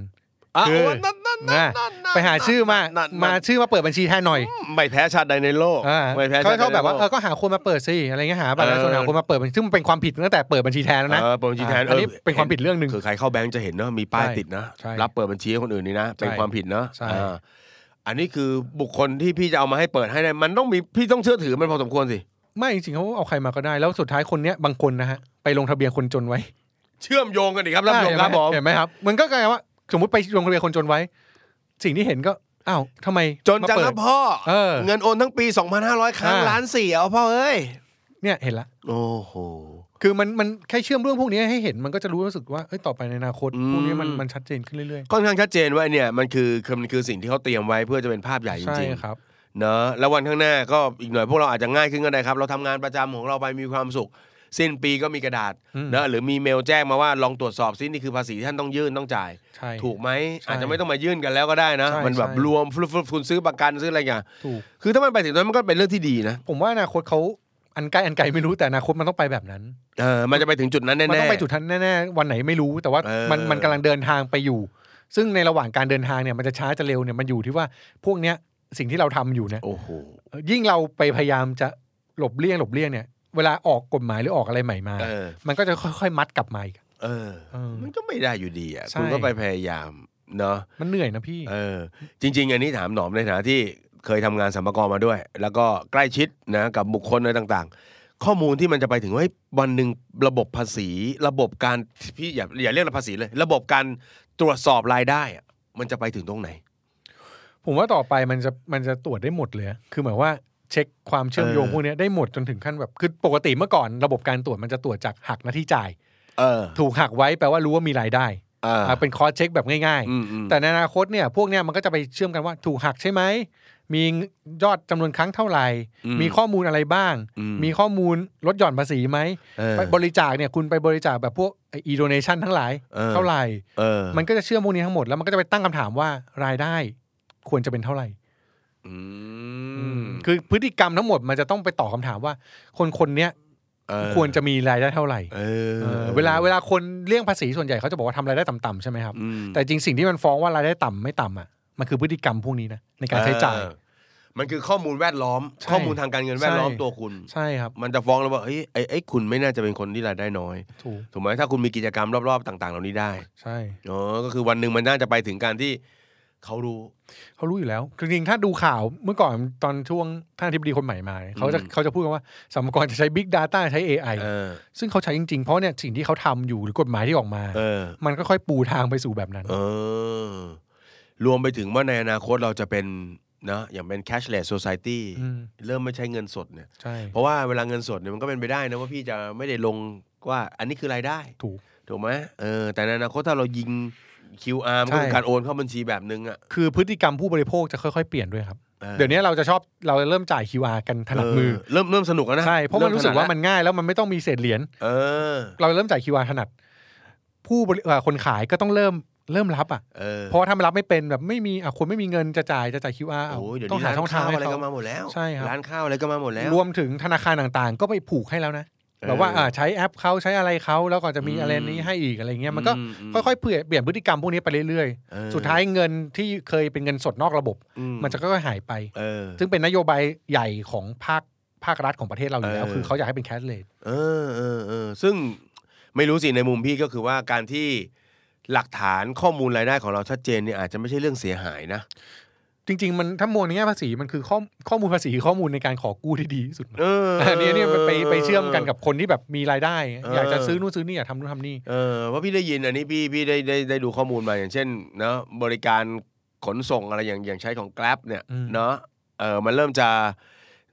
C: คือ
B: โยนั่นนั่นนั่น
C: นะ
B: นั่นนั่น
C: ไปหาชื่อมา
B: นั่น
C: มา
B: นั่น
C: ชื่อมาเปิดบัญชีแทนหน่อย
B: ไม่แพ้ชาติใดในโลก
C: อ่า
B: ไม่แพ้ชา
C: เขา
B: ติใด
C: เขาแบบว่า
B: ใน
C: เอ
B: โล
C: อก ก็หาคนมาเปิดสิอะไรเงี้ยหาบัตรประชาชน
B: เออ
C: หาคนมาเปิดบัญชีซึ่งมันเป็นความผิดตั้งแต่เปิดบัญชีแทนแล้วนะ
B: เออเปิดบัญชีแทน
C: อ่ะอันนี้เป็นความผิดเรื่องหนึ่ง
B: คือใครเข้าแบงก์จะเห็นเนาะมีป้าย
C: ใช่
B: ติดนะ
C: ใช่
B: รับเปิดบัญชีให้คนอื่นนี่นะเป็น
C: ใช่
B: ความผิดเนาะ
C: ใช่
B: อ่าอันนี้คือบุคคลที่พี่จะเอามาให้เปิดให้เนี่ยมันต้องมีพี่ต้องเชื่อถือมันพอสมควรสิ
C: ไม่จริงๆเขาเอาใครมาก็ได้แล้วสุดท้ายคนเนี้ยบางคนนะฮะไปลงทะเบียนคนจนไว้
B: เชื่อมโยงกันอีกครับท่านผู้ชม
C: ใช่
B: ครับผม
C: เห็นไหมครับมันก็กลายว่า สมมติไปลงทะเบียนคนจนไว้ สิ่งที่เห็นก็อ้าวทำไม
B: จนจะ
C: มาเปิ
B: รั
C: ด
B: บพ่อ
C: เออ
B: เงินโอนทั้งปี 2,500 ครั้ง
C: อ่า
B: ล้านสี่เอาพ่อเอ้ย
C: เนี่ยเห็นละ
B: โอ้โห
C: คือมันมันแค่เชื่อมเรื่องพวกนี้ให้เห็นมันก็จะรู้รู้สึกว่าเอ้ยต่อไปในอนาคต
B: อืม
C: พวกนี้มันมันชัดเจนขึ้นเรื่อย
B: ค่อนข้างชัดเจนว่าเนี่ยมันคือคือมันคือสิ่งที่เขาเตรียมไว้เพื่อจะเป็นภาพใหญ่จ
C: ๆใช่
B: ริง
C: ครับ
B: ๆเนอะแล้ววันข้างหน้าก็อีกหน่อยพวกเราอาจจะง่ายขึ้นก็ได้ครับ เราทำงานประจำของเราไปมีความสุข สิ้นปีก็มีกระดาษ
C: อืม
B: เนอะหรือมีเมลแจ้งมาว่าลองตรวจสอบซินี่คือภาษีที่ท่านต้องยื่นต้องจ่าย
C: ใช่
B: ถูกไหม
C: ใช่
B: อาจจะไม่ต้องมายื่นกันแล้วก็ได้นะ
C: ใช่
B: มันแบบ
C: ใช่
B: รวมฟลุฟๆคุณซื้อประกันซื้ออะไรอย่างเงี้ย
C: ถูก
B: คือถ้ามันไปถึงนั้นมันก็เป็นเรื่องที่ดีนะ
C: ผมว่าอนาคตเขาอันใกล้อันไกลไม่รู้แต่อนาคตมันต้องไปแบบนั้น
B: เออมันจะไปถึงจุดนั้นแน่ๆ
C: มันต้องไปจุดทันแน่ๆวันไหนไม่รู้แต่ว่า
B: เออ
C: มันมันกำลังเดินทางไปอยู่ ซึ่งในระหว่างการเดินทางเนี่ยมันจะช้าจะเร็วเนี่ยมันอยู่ที่ว่าพวกเนี้ยสิ่งที่เราทำอยู่เนี่ย
B: โอ้โห
C: ยิ่งเราไปพยายามจะหลบเลี่ยงหลบเลี่ยงเนี่ย เวลาออกกฎหมายหรือออกอะไรใหม่มา
B: เออ
C: มันก็จะค่อยๆ มัดกลับมาอีก
B: เ เออ
C: เออ
B: มันก็ไม่ได้อยู่ดีอ่ะ
C: ใช่
B: คุณก็ไปพยายามเนาะ
C: มันเหนื่อยนะ พี่
B: เออ จริง ๆ อันนี้ถามหนอมในฐานะที่เคยทำงานสัมภากรมาด้วย แล้วก็ใกล้ชิดนะกับบุคคลอะไรต่าง ๆ ข้อมูลที่มันจะไปถึงว่าเฮ้ยวันหนึ่งระบบภาษี ระบบการพี่อย่าอย่าเรียกว่าภาษีเลย ระบบการตรวจสอบรายได้อะมันจะไปถึงตรงไหน
C: ผมว่าต่อไปมันจะมันจะตรวจได้หมดเลยอะคือหมายว่าเช็คความเชื่อมโยง
B: เออ
C: พวกเนี้ยได้หมดจนถึงขั้นแบบคือปกติเมื่อก่อนระบบการตรวจมันจะตรวจจากหักหน้าที่จ่าย
B: เออ
C: ถูกหักไว้แปลว่ารู้ว่ามีรายได้
B: อ่า
C: อ่ะเป็นคอร์สเช็คแบบง่าย
B: อืมอืม
C: ๆ แต่ในอนาคตเนี่ยพวกเนี้ยมันก็จะไปเชื่อมกันว่าถูกหักใช่ไหม มียอดจำนวนครั้งเท่าไหร่
B: อื
C: มีข้อมูลอะไรบ้าง
B: อื
C: มีข้อมูลลดหย่อนภาษีไหม
B: เออ
C: ไปบริจาคเนี่ยคุณไปบริจาคแบบพวกอีโดเนชันทั้งหลาย
B: เออ
C: เท่าไหร่
B: เออ
C: มันก็จะเชื่อมพวกนี้ทั้งหมดแล้วมันก็จะไปตั้งคำถามว่ารายได้ควรจะเป็นเท่าไหร่
B: อืม
C: คือพฤติกรรมทั้งหมดมันจะต้องไปตอบคำถามว่า คนคนๆเนี้ย
B: เออ
C: ควรจะมีรายได้เท่าไหร่
B: เอ
C: เอ
B: อ
C: อเวลาเวลาคนเลี่ยงภาษีส่วนใหญ่เขาจะบอกว่าทำรายได้ต่ำๆใช่ไหมครับ
B: อืม
C: แต่จริงสิ่งที่มันฟ้องว่ารายได้ต่ำไม่ต่ำอ่ะมันคือพฤติกรรมพวกนี้นะในการใช้จ่าย
B: เออมันคือข้อมูลแวดล้อม
C: ใช่
B: ข้อมูลทางการเงินแวดล้อม
C: ใช่
B: ตัวคุณ
C: ใช่ครับ
B: มันจะฟ้องแล้วว่าเฮ้ยไอ้ไอ้คุณไม่น่าจะเป็นคนที่รายได้น้อย
C: ถูก
B: ถูกไหมถ้าคุณมีกิจกรรมรอบๆต่าง ๆ เหล่านี้ได้
C: ใช่
B: เออก็คือวันหนึ่งมันน่าจะไปถึงการที่เขารู้
C: เขารู้อยู่แล้วคือจริงๆถ้าดูข่าวเมื่อก่อนตอนช่วงท่านทิบดีคนใหม่มาเนี่ยเขาจะ
B: อืม
C: เขาจะพูดกันว่าสมกรจะใช้ Big Data ใช้ AI
B: เออ
C: ซึ่งเขาใช้จริงๆเพราะเนี่ยสิ่งที่เขาทำอยู่หรือกฎหมายที่ออกมา
B: เออ
C: มันก็ค่อยปูทางไปสู่แบบนั้น
B: เออ รวมไปถึงว่าในอนาคตเราจะเป็นนะอย่างเป็น cashless society
C: อืม
B: เริ่มไม่ใช้เงินสดเนี่ย
C: ใช่
B: เพราะว่าเวลาเงินสดเนี่ยมันก็เป็นไปได้นะว่าพี่จะไม่ได้ลงว่าอันนี้คือรายได้
C: ถูก
B: ถูกไหมเออ แต่ในอนาคตถ้าเรายิง QR มันก็เป็น
C: ใช่
B: การโอนเข้าบัญชีแบบนึงอ่ะ
C: คือพฤติกรรมผู้บริโภคจะค่อยๆเปลี่ยนด้วยครับ
B: ออ
C: เดี๋ยวนี้เราจะชอบเราเริ่มจ่าย QR กันถนัดมือ
B: เเริ่มเริ่มสนุกแล้วนะ
C: ใช่ เพราะมันรู้สึกว่ามันง่ายแล้วมันไม่ต้องมีเศษเหรียญ
B: เออ
C: เราเริ่มจ่าย QR ถนัด ผู้บริเอ่อคนขายก็ต้องเริ่มเริ่มรับอ่ะ
B: เออ
C: เพราะว่าถ้ามันรับไม่เป็นแบบไม่มีอ่ะคนไม่มีเงินจะจ่ายจะจ่าย QR เอา
B: โอ้ยเดี๋ยว
C: ต้อง
B: นี้
C: หา
B: ร้าน
C: ช่องทา
B: ข้าง ว
C: ให้
B: อะไรก็มา
C: เขา
B: หมดแล้ว
C: ใช่ครับ
B: ร้านข้าวอะไรก็มาหมดแล้ว
C: รวมถึงธนาคารต่างๆ ก็ไปผูกให้แล้วนะ
B: เออ
C: แบบว่าอ่ะใช้แอปเขาใช้อะไรเขาแล้วก็จะมี
B: อืม
C: อะไรนี้ให้อีกอะไรเงี้ยมันก็
B: ม
C: ค่อยๆเปลี่ยนเปลี่ยนพฤติกรรมพวกนี้ไปเรื่อย
B: เออ
C: ๆ สุดท้ายเงินที่เคยเป็นเงินสดนอกระบบ
B: อื
C: มันจะค่อยๆหายไป
B: เออ
C: ซึ่งเป็นนโยบายใหญ่ของภาคภาครัฐของประเทศเราอยู่แล้ว
B: เออ
C: คือเขาอยากให้เป็นแคชเลส
B: เออเออเออซึ่งไม่รู้สิในมุมพี่ก็คือว่าการที่หลักฐานข้อมูลรายได้ของเราชัดเจนเนี่ยอาจจะไม่ใช่เรื่องเสียหายนะ
C: จริง ๆ มันถ้ามองในแง่ภาษีมันคือข้อข้อมูลภาษีข้อมูลในการขอกู้ที่ดีที่สุดนะ
B: เออ
C: อันนี้เนี่ยไปไปไปเชื่อมกันกับคนที่แบบมีรายได้
B: เอออ
C: อยากจะซื้อนู่นซื้อนี่อยากทำนู่นทำนี่
B: เออว่าะพี่ได้ยินอันนี้พี่พี่ได้ได้ได้ดูข้อมูลมาอย่างเช่นเนาะบริการขนส่งอะไรอย่างอย่างใช้ของ Grab เนี่ย
C: อืม
B: เนาะเออมันเริ่มจะ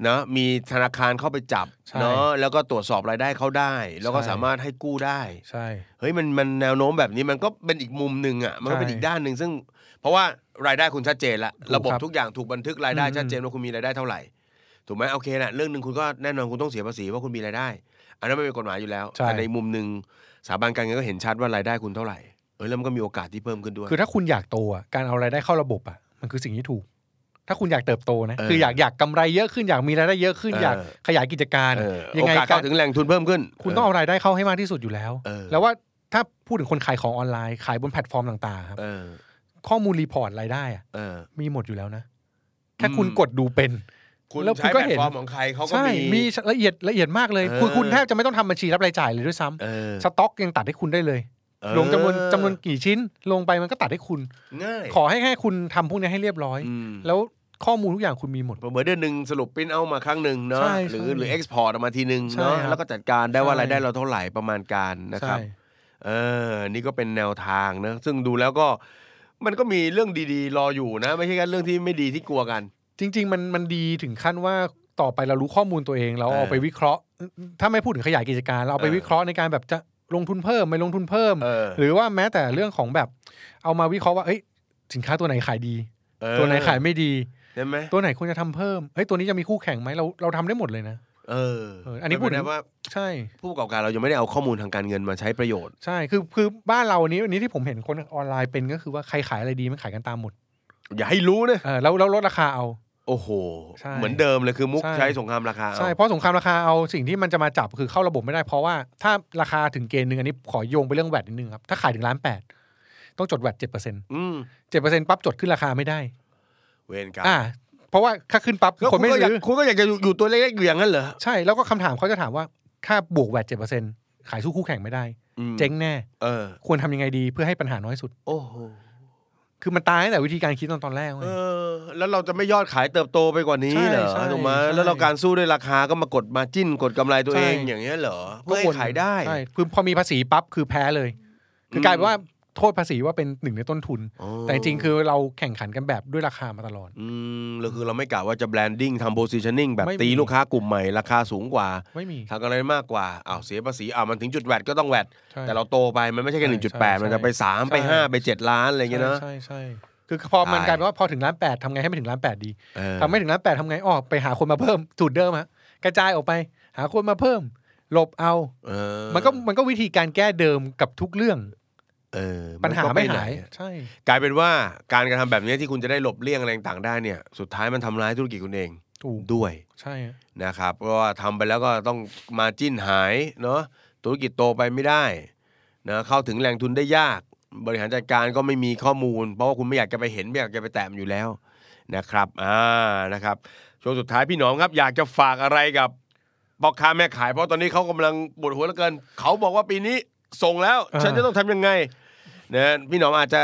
B: เนาะมีธนาคารเข้าไปจับ
C: ใช่
B: เนาะแล้วก็ตรวจสอบรายได้เขาได้ แล้วก็
C: ใช่
B: สามารถให้กู้ได้
C: ใช่
B: เฮ้ยมันมันแนวโน้มแบบนี้มันก็เป็นอีกมุมหนึ่งอ่ะมันก็เป็น
C: ใช่
B: อีกด้านหนึ่งซึ่ง เพราะว่ารายได้คุณชัดเจนละ
C: ถูก
B: ระบบ
C: ครับ
B: ทุกอย่างถูกบันทึกรายได้
C: อืม
B: ชัดเจนว่าคุณมีรายได้เท่าไหร่ถูกไหมโอเคนะเรื่องหนึ่งคุณก็แน่นอนคุณต้องเสียภาษีว่าคุณมีรายได้ อันนั้นไม่เป็นกฎหมายอยู่แล้ว
C: ใช่
B: แต่ในมุมหนึ่งสถาบันการเงินก็เห็นชัดว่ารายได้คุณเท่าไหร่เออแล้วมันก็มีโอกาสที่เพิ่มขึ้นด้วย
C: คือถ้าคุณอยากโตอ่ะการเอารายได้เข้าระบบอ่ะมันคือสิ่งที่ถูก ถ้าคุณอยากเติบโตนะ
B: เออ
C: คืออยากอยากกำไรเยอะขึ้นอยากมีรายได้เยอะขึ้น
B: เออ
C: อ
B: อ
C: ยากขยายกิจการ
B: เออ
C: ยั
B: โอง
C: ไง
B: กาส
C: กา
B: เข้าร ถึงแหล่งทุนเพิ่มขึ้น
C: คุณต้องเอารายได้เข้าให้มากที่สุดอยู่แล้ว
B: เออ
C: แล้วว่าถ้าพูดถึงคนขายของออนไลน์ขายบนแพลตฟอร์มต่างๆครับ
B: เออ
C: ข้อมูลรีพอร์ตรายได้อ่ะ
B: เออ
C: มีหมดอยู่แล้วนะ แค่
B: อืม
C: คุณกดดูเป็น
B: คุณ
C: แล้วคุ
B: ใช้
C: ณก็
B: แพล
C: เห็
B: ต
C: น
B: ฟอร์มของใครเขาก็
C: ใช่
B: มี
C: มีละเอียดละเอียดมากเลย
B: เออ
C: คุณคุณแทบจะไม่ต้องทำบัญชีรับรายจ่ายเลยด้วยซ้ำ
B: เออ
C: สต็อกยังตัดให้คุณได้เลย
B: เออ
C: ลงจำนวนจำนวนกี่ชิ้น ลงไปมันก็ตัดให้คุณ
B: ง่าย
C: ขอให้แค่คุณทำพวกนี้ให้เรียบร้อย
B: อืม
C: แล้วข้อมูลทุกอย่างคุณมีหมด
B: เหมือนเดือนหนึ่งสรุปปริ้นเอามาครั้งหนึ่งเนาะ
C: ใช่ใช่
B: หรือหรือเอ็กซ์พอร์ตออกมาทีหนึ่ง
C: ใช่
B: เนาะ
C: ครับ
B: แล้วก็จัดการได้ว่า
C: ใช่
B: รายได้เราเท่าไหร่ประมาณการนะครับ
C: ใช่
B: เออ นี่ก็เป็นแนวทางนะ ซึ่งดูแล้วก็ มันก็มีเรื่องดีๆ รออยู่นะ ไม่ใช่แค่เรื่องที่ไม่ดีที่กลัวกัน
C: จริง ๆ มันมันดีถึงขั้นว่าต่อไปเรารู้ข้อมูลตัวเองเรา
B: เออ
C: เอาไปวิเคราะห์ ถ้าไม่พูดถึงขยายกิจการ เราเอาไป
B: เออ
C: วิเคราะห์ในการแบบจะลงทุนเพิ่มไม่ลงทุนเพิ่ม
B: เออ
C: หรือว่าแม้แต่เรื่องของแบบ เอามาวิเคราะห์ว่าเอ้ยสินค้าตัวไหนขายดี
B: เออ
C: ตัวไหนขายไม่ดี
B: ใช่ไหม
C: ตัวไหนควรจะทำเพิ่ม เฮ้ย ตัวนี้จะมีคู่แข่งไหมเราเราทำได้หมดเลยนะ
B: เออ
C: เอออันนี้
B: ไม่เป็
C: พูดถึง
B: ไว่า
C: ใช่
B: ผู้ประกอบการเรายังไม่ได้เอาข้อมูลทางการเงินมาใช้ประโยชน์
C: ใช่ คือคือบ้านเราอันนี้อันนี้ที่ผมเห็นคนออนไลน์เป็นก็คือว่าใครขายอะไรดีมันขายกันตามหมด
B: อย่าให้รู้นะ
C: เออแล้วแล้วลดราคาเอา
B: โอ้โห
C: ใช่
B: เหมือนเดิมเลยคือมุก
C: ใช่
B: ใช้สงครามราคาเอา
C: ใช่ เพราะสงครามราคาเอาสิ่งที่มันจะมาจับคือเข้าระบบไม่ได้เพราะว่าถ้าราคาถึงเกณฑ์หนึ่งอันนี้ขอโยงไปเรื่องแวดนิดนึงครับ ถ้าขายถึงล้านแปดต้องจดแวดเจ็ดเปอร์เซ็นต์
B: อืม
C: เจ็ดเปอร์เซ็นต์ปั๊บจดขึ้นราคาไม่ได้
B: เวรกรรม
C: อ่า เพราะว่าถ้าขึ้นปั๊บ
B: แล้ว
C: ค
B: คุ
C: น
B: ณ
C: ไม่
B: ก็อยาก
C: ซื้อ
B: คุณก็อยากจะอยู่อยู่ตัวเล็กๆอยู่อย่างนั้นเหรอ
C: ใช่ แล้วก็คำถามเขาจะถามว่าค่าบวกแวดเจ็ดเปอร์เซ็นต์ ขายสู้คู่แข่งไม่ได้
B: อืม
C: เจ๊งแน่
B: เออ
C: ควรทำยังไงดีเพื่อให้ปัญหาน้อยสุด
B: โอ้โห
C: คือมันตายตั้งแต่วิธีการคิดตอนตอนแรกเล
B: เอย อ แล้วเราจะไม่ยอดขายเติบโตไปกว่านี้เหรอ
C: ใช่ใช่
B: ถูกไหม
C: ใช่
B: แล้วเราการสู้ด้วยราคาก็มากดมาจิ้นกดกำไรตัวเองอย่างเงี้ยเหรอเพื่อให้ขายได้
C: ใช่คือพอมีภาษีปั๊บคือแพ้เลย คือ
B: ม
C: กลายเป็นว่าโทษภาษีว่าเป็นหนึ่งในต้นทุน
B: อ๋อ
C: แต่จริงๆคือเราแข่งขันกันแบบด้วยราคามาตลอด
B: อืมเราคือเราไม่กะว่าจะแบรนดิ้งทำโพ s ิชันนิ่งแบบ
C: ไม่มี
B: ตีลูกค้ากลุ่มใหม่ ราคาสูงกว่า
C: ไม่มี
B: ทำอะไรมากกว่าอ้าวเสียภาษีอ้าวมันถึงจุดแวดก็ต้องแวด
C: ใช่
B: แต่เราโตไปมันไม่ใช่แค่
C: ใช่
B: หนึ่งจุดแปด
C: ใช่
B: มันจะไปสามไป
C: ใช่
B: ห้าไปเจ็ดล้านอะไรอย่างเงี้ยนะ
C: ใช่ใช่คือพอมัน
B: ตาย
C: กลายเป็นว่าพอถึงร้านแปดทำไงให้มันถึงร้านแปดดี
B: เออ
C: ทำไม่ถึงร้านแปดทำไงอ๋อไปหาคนมาเพิ่มสูตรเดิมฮะกระจายออกไป หาคนมาเพิ่มหลบเอา
B: เออ
C: มันก็มันก็วิธีการแก้เดิมกับทุกเรื่อง
B: เออ
C: ปัญหาน
B: ก็
C: ไม่
B: ป
C: หาย
B: อะ
C: ใช่
B: กลายเป็นว่าการกระทำแบบเนี้ยที่คุณจะได้หลบเลี่ยงอะไรต่างๆได้เนี่ย สุดท้ายมันทำร้ายธุรกิจคุณเอง
C: ถูก
B: ด้วย
C: ใช่ฮะ
B: นะครับเพราะว่าทำไปแล้วก็ต้องมาจิ้นหายเนาะธุรกิจโตไปไม่ได้นะเข้าถึงแหล่งทุนได้ยาก บริหารจัดการก็ไม่มีข้อมูล เพราะว่าคุณไม่อยากจะไปเห็นไม่อยากจะไปแตะมนอยู่แล้วนะครับอ่านะครับช่วงสุดท้ายพี่หนอมครับ อยากจะฝากอะไรกับพ่อค้าแม่ขาย เพราะตอนนี้เขากำลังปวดหัวเหลือเกิน เขาบอกว่าปีนี้ส่งแล้ว ฉันจะต้องทำยังไงนะพี่หนอมอาจจะ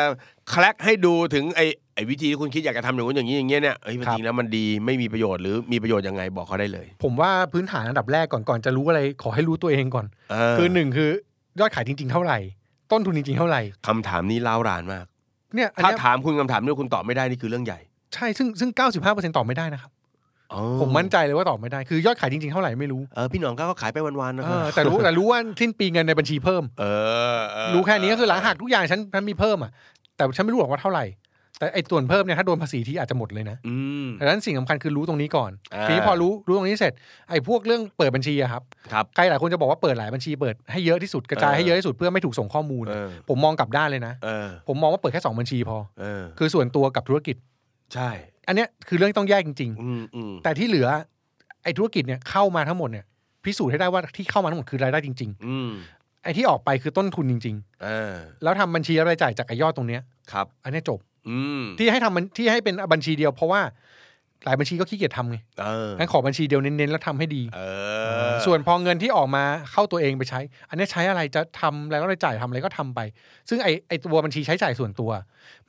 B: แคลกให้ดูถึงไอ้ไอ้วิธีที่คุณคิดอยากจะทำอย่างนู้นอย่างนี้อย่างเงี้ยเนี่ยเอ้ยมันจริงแล้วมันดีไม่มีประโยชน์หรือมีประโยชน์ยังไงบอกเขาได้เลย
C: ผมว่าพื้นฐานอันดับแรกก่อนก่อนจะรู้อะไรขอให้รู้ตัวเองก่อน
B: เ
C: คือหนึ่งคือยอดขายจริง ๆ เท่าไหร่ ต้นทุนจริง ๆ เท่าไหร่
B: คำถามนี้เล่าวรานมาก
C: เนี่ยอัน
B: ถ้า
C: เนี้ย
B: ถามคุณคำถามนี้คุณตอบไม่ได้นี่คือเรื่องใหญ่
C: ใช่ซึ่งซึ่ง 95%ตอบไม่ได้นะครับ
B: อ๋อ
C: ผมมั่นใจเลยว่าตอบไม่ได้คือยอดขายจริง ๆ เท่าไหร่ไม่รู้
B: เออพี่หนอมก็ขายไปวันๆนะ
C: เอ
B: ครั
C: อบ แต่รู้แต่รู้ว่าสิ้นปีเงินในบัญชีเพิ่ม
B: เออเออ
C: รู้แค่นี้ก็คือหลังหักทุกอย่างฉันฉันมีเพิ่มอ่ะแต่ฉันไม่รู้หรอกว่าเท่าไหร่ แต่ไอ้ส่วนเพิ่มเนี่ยถ้าโดนภาษีทีอาจจะหมดเลยนะ
B: อืม
C: ดังนั้นสิ่งสำคัญคือรู้ตรงนี้ก่อน
B: อ่า
C: ทีนี้พอรู้รู้ตรงนี้เสร็จไอ้พวกเรื่องเปิดบัญชีอะครับ
B: ครับ
C: ใครหลายคนจะบอกว่าเปิดหลายบัญชีเปิดให้เยอะที่สุดกระจายให้เยอะที่สุดเพื่อไม่ถูกส่งข้อมูล
B: เออ
C: ผมมองกลับด้านเลยนะ
B: เออ
C: ผมมองว่าเปิดแค่สองบัญชีพอ
B: เออ
C: คือส่วนตัวกับธุรกิจ
B: ใช่
C: อันเนี้ยคือเรื่องที่ต้องแยกจริง
B: อืมอืม
C: ๆ แต่ที่เหลือไอ้ธุรกิจเนี่ยเข้ามาทั้งหมดเนี่ยพิสูจน์ให้ได้ว่าที่เข้ามาทั้งหมดคือรายได้จริง
B: อืม
C: ๆ ไอ้ที่ออกไปคือต้นทุนจริง
B: เออ
C: ๆ แล้วทำบัญชีรายจ่ายจากไอ้ยอดตรงเนี้ย
B: ครับ
C: อันเนี้ยจบ
B: อืม
C: ที่ให้ทำมันที่ให้เป็นบัญชีเดียวเพราะว่าหลายบัญชีก็ขี้เกียจทำไง
B: เออ
C: งั้นขอบัญชีเดียวเน้นๆแล้วทำให้ดี
B: เออ
C: ส่วนพอเงินที่ออกมาเข้าตัวเองไปใช้ อันเนี้ยใช้อะไรจะทำแล้วรายจ่ายทำอะไรก็ทำไป ซึ่งไอไอตัวบัญชีใช้จ่ายส่วนตัว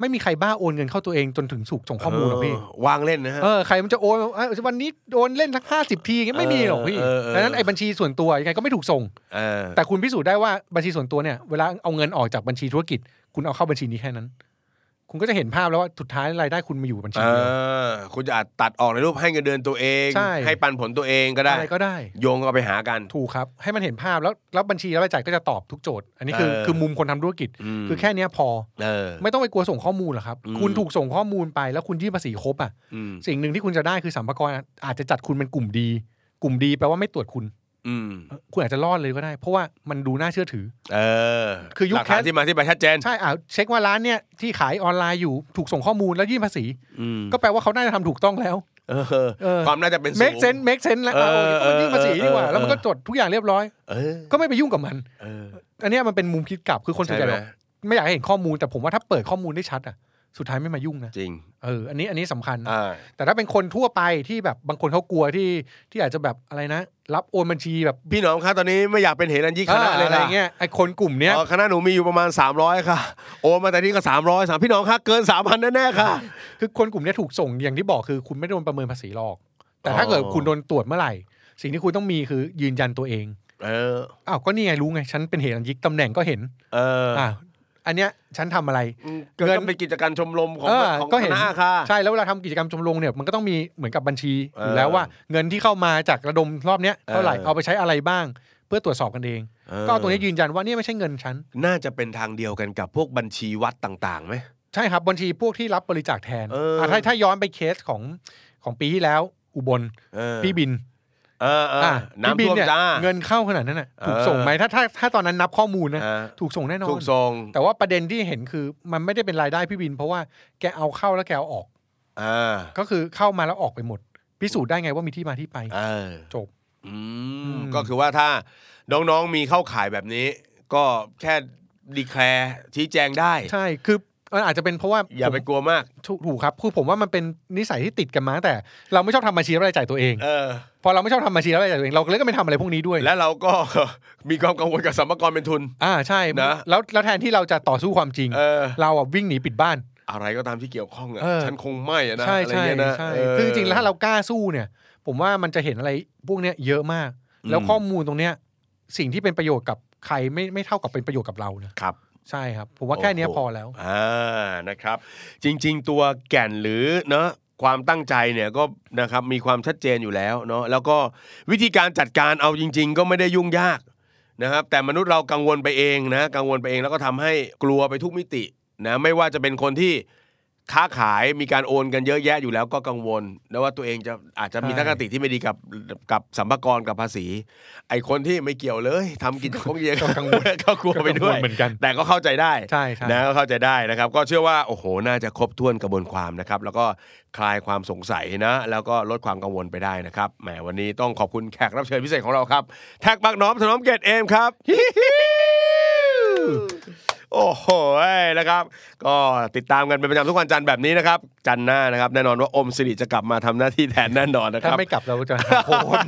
C: ไม่มีใครบ้าโอนเงินเข้าตัวเองจนถึงถูกส่งข้อมูลหรอกพี่
B: เวางเล่นนะฮะ
C: เออใครมันจะโอนเอ้ยวันนี้โอนเล่นสักห้าสิบทีอย่างเงี้ยไม่มีหรอกพี่
B: เออเออ
C: ดังนั้นไอ้บัญชีส่วนตัวยังไงก็ไม่ถูกส่ง
B: เออ
C: แต่คุณพิสูจน์ได้ว่าบัญชีส่วนตัวเนี่ยเวลาเอาเงินออกจากบัญชีธุรกิจ คุณเอาเข้าบัญชีนี้แค่นั้น คุณก็จะเห็นภาพแล้วว่าสุดท้ายรายได้คุณมาอยู่บัญชี
B: เอ
C: เดียว
B: อคุณจะอาจตัดออกในรูปให้เงินเดือนตัวเอง
C: ใช่
B: ให้ปันผลตัวเองก็ได้
C: อะไรก็ได้
B: โยงก็ไปหากัน
C: ถูกครับ ให้มันเห็นภาพแล้วแล้วบัญชีรายจ่ายก็จะตอบทุกโจทย์ อันนี้คือ
B: เออ
C: คือมุมคนทำธุรกิจ
B: ม
C: คือแค่เนี้ยพอ
B: เออ
C: ไม่ต้องไปกลัวส่งข้อมูลหรอกครับ
B: อืม
C: คุณถูกส่งข้อมูลไปแล้วคุณยื่นภาษีครบอ่ะ
B: อืม
C: สิ่งหนึ่งที่คุณจะได้คือสัมภาระอาจจะจัดคุณเป็นกลุ่มดี กลุ่มดีแปลว่าไม่ตรวจคุณ
B: อืม
C: คุณอาจจะรอดเลยก็ได้ เพราะว่ามันดูน่าเชื่อถือ
B: เออ
C: คือยุค
B: หลักฐาน
C: แคส
B: ที่มาที่ไปชัดเจน
C: ใช่อ่าเช็คว่าร้านเนี่ยที่ขายออนไลน์อยู่ถูกส่งข้อมูลแล้วยื่นภาษี
B: อืม
C: ก็แปลว่าเขาน่าจะทำถูกต้องแล้ว
B: เออ
C: เออ
B: ความน่าจะเป็นสูง
C: เม e เซนเม e เซนแล้วอ่ะโอเคก็มันยื่นภาษีดีกว่า แล้วมันก็จดทุกอย่างเรียบร้อย
B: เออ
C: ก็ไม่ไปยุ่งกับมัน
B: เออ
C: อันเนี้ยมันเป็นมุมคิดกลับคือคนส่วนใหญ่
B: ช่
C: บอก
B: ไม
C: ไม่อยากให้เห็นข้อมูลแต่ผมว่าถ้าเปิดข้อมูลได้ชัดอ่ะสุดท้ายไม่มายุ่งนะ
B: จริง
C: เอออันนี้อันนี้สำคัญ
B: อ่า
C: แต่ถ้าเป็นคนทั่วไปที่แบบบางคนเขากลัวที่ที่อาจจะแบบอะไรนะ รับโอนบัญชีแบบ
B: พี่หน้องคะตอนนี้ไม่อยากเป็นเหรันยิกคณะ
C: อ่า
B: เลย
C: อะไร
B: ค่ะ
C: เงี้ยไอ้คนกลุ่มเนี้ย
B: อ๋อคณะหนูมีอยู่ประมาณ 300 ค่ะ โอนมาแต่นี่ก็ 300สามพี่หน้องคะเกิน 3,000 แน่ๆค่ะ
C: คือคนกลุ่มเนี้ยถูกส่งอย่างที่บอกคือคุณไม่ได้โดนประเมินภาษีหรอก แต่ถ้า
B: อ๋อ
C: เกิดคุณโดนตรวจเมื่อไหร่ สิ่งที่คุณต้องมีคือยืนยันตัวเอง
B: เออ
C: อ้าวก็นี่ไงรู้ไง ฉันเป็นเหตุอันยิกตำแหน่งก็เห็น
B: เออ
C: อ่าอันเนี้ยฉันทำอะไร
B: เกินเป็นกิจการชมรมของ
C: เออ
B: ของ
C: ก็
B: ค
C: เห็น
B: ณะค่ะ
C: ใช่แล้วเวลาทำกิจกรรมชมรมเนี่ยมันก็ต้องมีเหมือนกับบัญชีอยู่แล้ว
B: เออ
C: ว่าเงินที่เข้ามาจากระดมรอบเนี้ยเท่าไหร่
B: เออ
C: เอาไปใช้อะไรบ้าง เพื่อตรวจสอบกันเอง
B: เออ
C: ก็เอาตรงนี้ยืนยันว่าเนี่ยไม่ใช่เงินฉัน
B: น่าจะเป็นทางเดียวกันกับพวกบัญชีวัดต่างๆไหม
C: ใช่ครับบัญชีพวกที่รับบริจาคแทน
B: เอออ่
C: ะถ้าถ้าย้อนไปเคสของของปีที่แล้วอุบล
B: เออ
C: พี่บิน
B: เออเออ
C: อ่ะ
B: น้ำ
C: พี่บิ
B: ท่วม
C: เนี่ย
B: จ้า
C: เงินเข้าขนาดนั้นน่ะ
B: เออ
C: ถูกส่งไหมถ้าถ้าถ้าตอนนั้นนับข้อมูลนะ
B: อ่า
C: ถูกส่งแน่นอ
B: ถู
C: น
B: กทรง
C: แต่ว่าประเด็นที่เห็นคือมันไม่ได้เป็นรายได้พี่บิน เพราะว่าแกเอาเข้าแล้วแกเอาออก
B: อ่า
C: ก็คือเข้ามาแล้วออกไปหมด พิสูจน์ได้ไงว่ามีที่มาที่ไป
B: เออ
C: จบ
B: อื
C: อื
B: ม
C: ม
B: ก็คือว่าถ้าน้องๆมีเข้าข่ายแบบนี้ ก็แค่ดีแคลร์ชี้แจงได้
C: ใช่คือ มันอาจจะเป็นเพราะว่า
B: อย่าไป
C: ผม
B: กลัวมาก
C: ถูกถูกครับคือผมว่ามันเป็นนิสัยที่ติดกันมาตั้งแต่ เราไม่ชอบทำบัญชีรับรายจ่ายตัวเอง
B: เออ
C: พอเราไม่ชอบทำบัญชีรับรายจ่ายตัวเองเราก็เลยก็ไม่ทำอะไรพวกนี้ด้วย
B: และเราก็ มีความกังวลกับสัมภากรเป็นทุน
C: อ่าใช่
B: นะ
C: แล้วแล้วแทนที่เราจะต่อสู้ความจริง
B: เออ
C: เราอ่ะวิ่งหนีปิดบ้าน
B: อะไรก็ตามที่เกี่ยวข้องอ่ะ
C: เออ
B: ฉันคงไม่อะนะ
C: ใช่
B: อะไร
C: ใช่
B: เงี้ยนะ
C: ใช่
B: เออ
C: คือจริงๆแล้วถ้าเรากล้าสู้เนี่ย ผมว่ามันจะเห็นอะไรพวกเนี้ยเยอะมาก
B: อืม
C: แล้วข้อมูลตรงเนี้ยสิ่งที่เป็นประโยชน์กับใครไม่ไม่เท่ากับเป็นประโยชน์กับเรานะครับ ใช่ครับ ผมว่าแค่เนี้ย
B: โอ้
C: พ
B: โห
C: อแล้ว
B: อ่านะครับ จริง ๆ ตัวแก่นหรือเนอะความตั้งใจเนี่ยก็นะครับมีความชัดเจนอยู่แล้วเนาะแล้วก็วิธีการจัดการเอาจริง ๆ ก็ไม่ได้ยุ่งยากนะครับ แต่มนุษย์เรากังวลไปเองนะกังวลไปเองแล้วก็ทำให้กลัวไปทุกมิตินะไม่ว่าจะเป็นคนที่ค้าขายมีการโอนกันเยอะแยะอยู่แล้วก็กังวลแล้วว่าตัวเองจะอาจจะมีทัศนคติที่ไม่ดีกับกับสัมภากรกับภาษี ไอคนที่ไม่เกี่ยวเลยทำกิจของเยอะ
C: ก็กังวล
B: ก็กลัวไปด้วย
C: เหมือนกัน
B: แต่ก็เข้าใจได้
C: ใช่ใช่
B: นะก็เข้าใจได้นะครับ ก็เชื่อว่าโอ้โหน่าจะครบถ้วนกระบวนความนะครับ แล้วก็คลายความสงสัยนะ แล้วก็ลดความกังวลไปได้นะครับแหมวันนี้ต้องขอบคุณแขกรับเชิญพิเศษของเราครับ แท็กบักน้อมถนอมเกตเอมครับ โอ้โหนะครับ ก็ติดตามกันเป็นประจำทุกวันจันทร์แบบนี้นะครับ จันทร์หน้านะครับ แน่นอนว่าอมสิริจะกลับมาทำหน้าที่แทนแน่นอนนะค
C: ถ้า
B: รับ
C: ไม่กลับเราก็จะ โคตร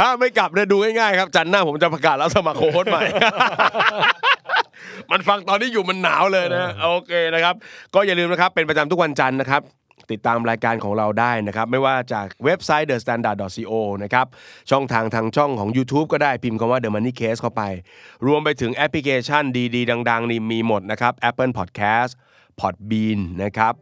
B: ถ้าไม่กลับเนี่ยดูง่ายๆครับ จันทร์หน้าผมจะประกาศรับสมัครโค้ชใหม่ มันฟังตอนนี้อยู่มันหนาวเลยนะโอเคนะครับ ก็อย่าลืมนะครับ เป็นประจำทุกวันจันทร์นะครับ ติดตามรายการของเราได้นะครับ ไม่ว่าจากเว็บไซต์ the standard co นะครับ ช่องทางทางช่องของ YouTube ก็ได้พิมพ์คำว่า the money case เข้าไป รวมไปถึงแอปพลิเคชันดีๆ ดัง ๆ นี่มีหมดนะครับ Apple Podcast Podbean นะครับ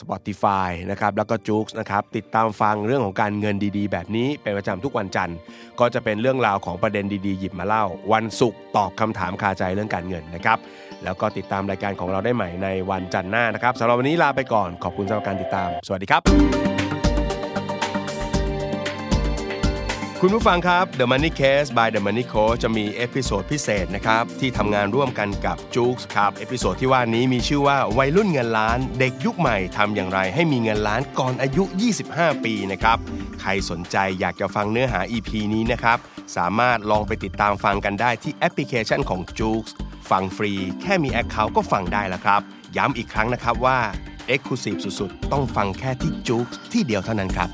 B: Spotify นะครับ แล้วก็ j o o x นะครับ ติดตามฟังเรื่องของการเงินดีๆ แบบนี้เป็นประจำทุกวันจันทร์ ก็จะเป็นเรื่องราวของประเด็นดีๆ หยิบมาเล่า วันศุกร์ตอบคำถามคาใจเรื่องการเงินนะครับ แล้วก็ติดตามรายการของเราได้ใหม่ในวันจันทร์หน้านะครับสำหรับวันนี้ลาไปก่อน ขอบคุณสำหรับการติดตาม สวัสดีครับ คุณผู้ฟังครับ The Money Case by The Money Coach จะมีเอพิโซดพิเศษนะครับ ที่ทำงานร่วมกันกับจู๊กครับเอพิโซดที่ว่านี้มีชื่อว่าวัยรุ่นเงินล้าน เด็กยุคใหม่ทำอย่างไร ให้มีเงินล้านก่อนอายุ 25 ปีนะครับ ใครสนใจอยากจะฟังเนื้อหา EP นี้นะครับ สามารถลองไปติดตามฟังกันได้ที่แอปพลิเคชันของจู๊กฟังฟรี แค่มี Account ก็ฟังได้แล้วครับ ย้ำอีกครั้งนะครับว่า Exclusive สุดๆ ต้องฟังแค่ที่จู๊กที่เดียวเท่านั้นครับ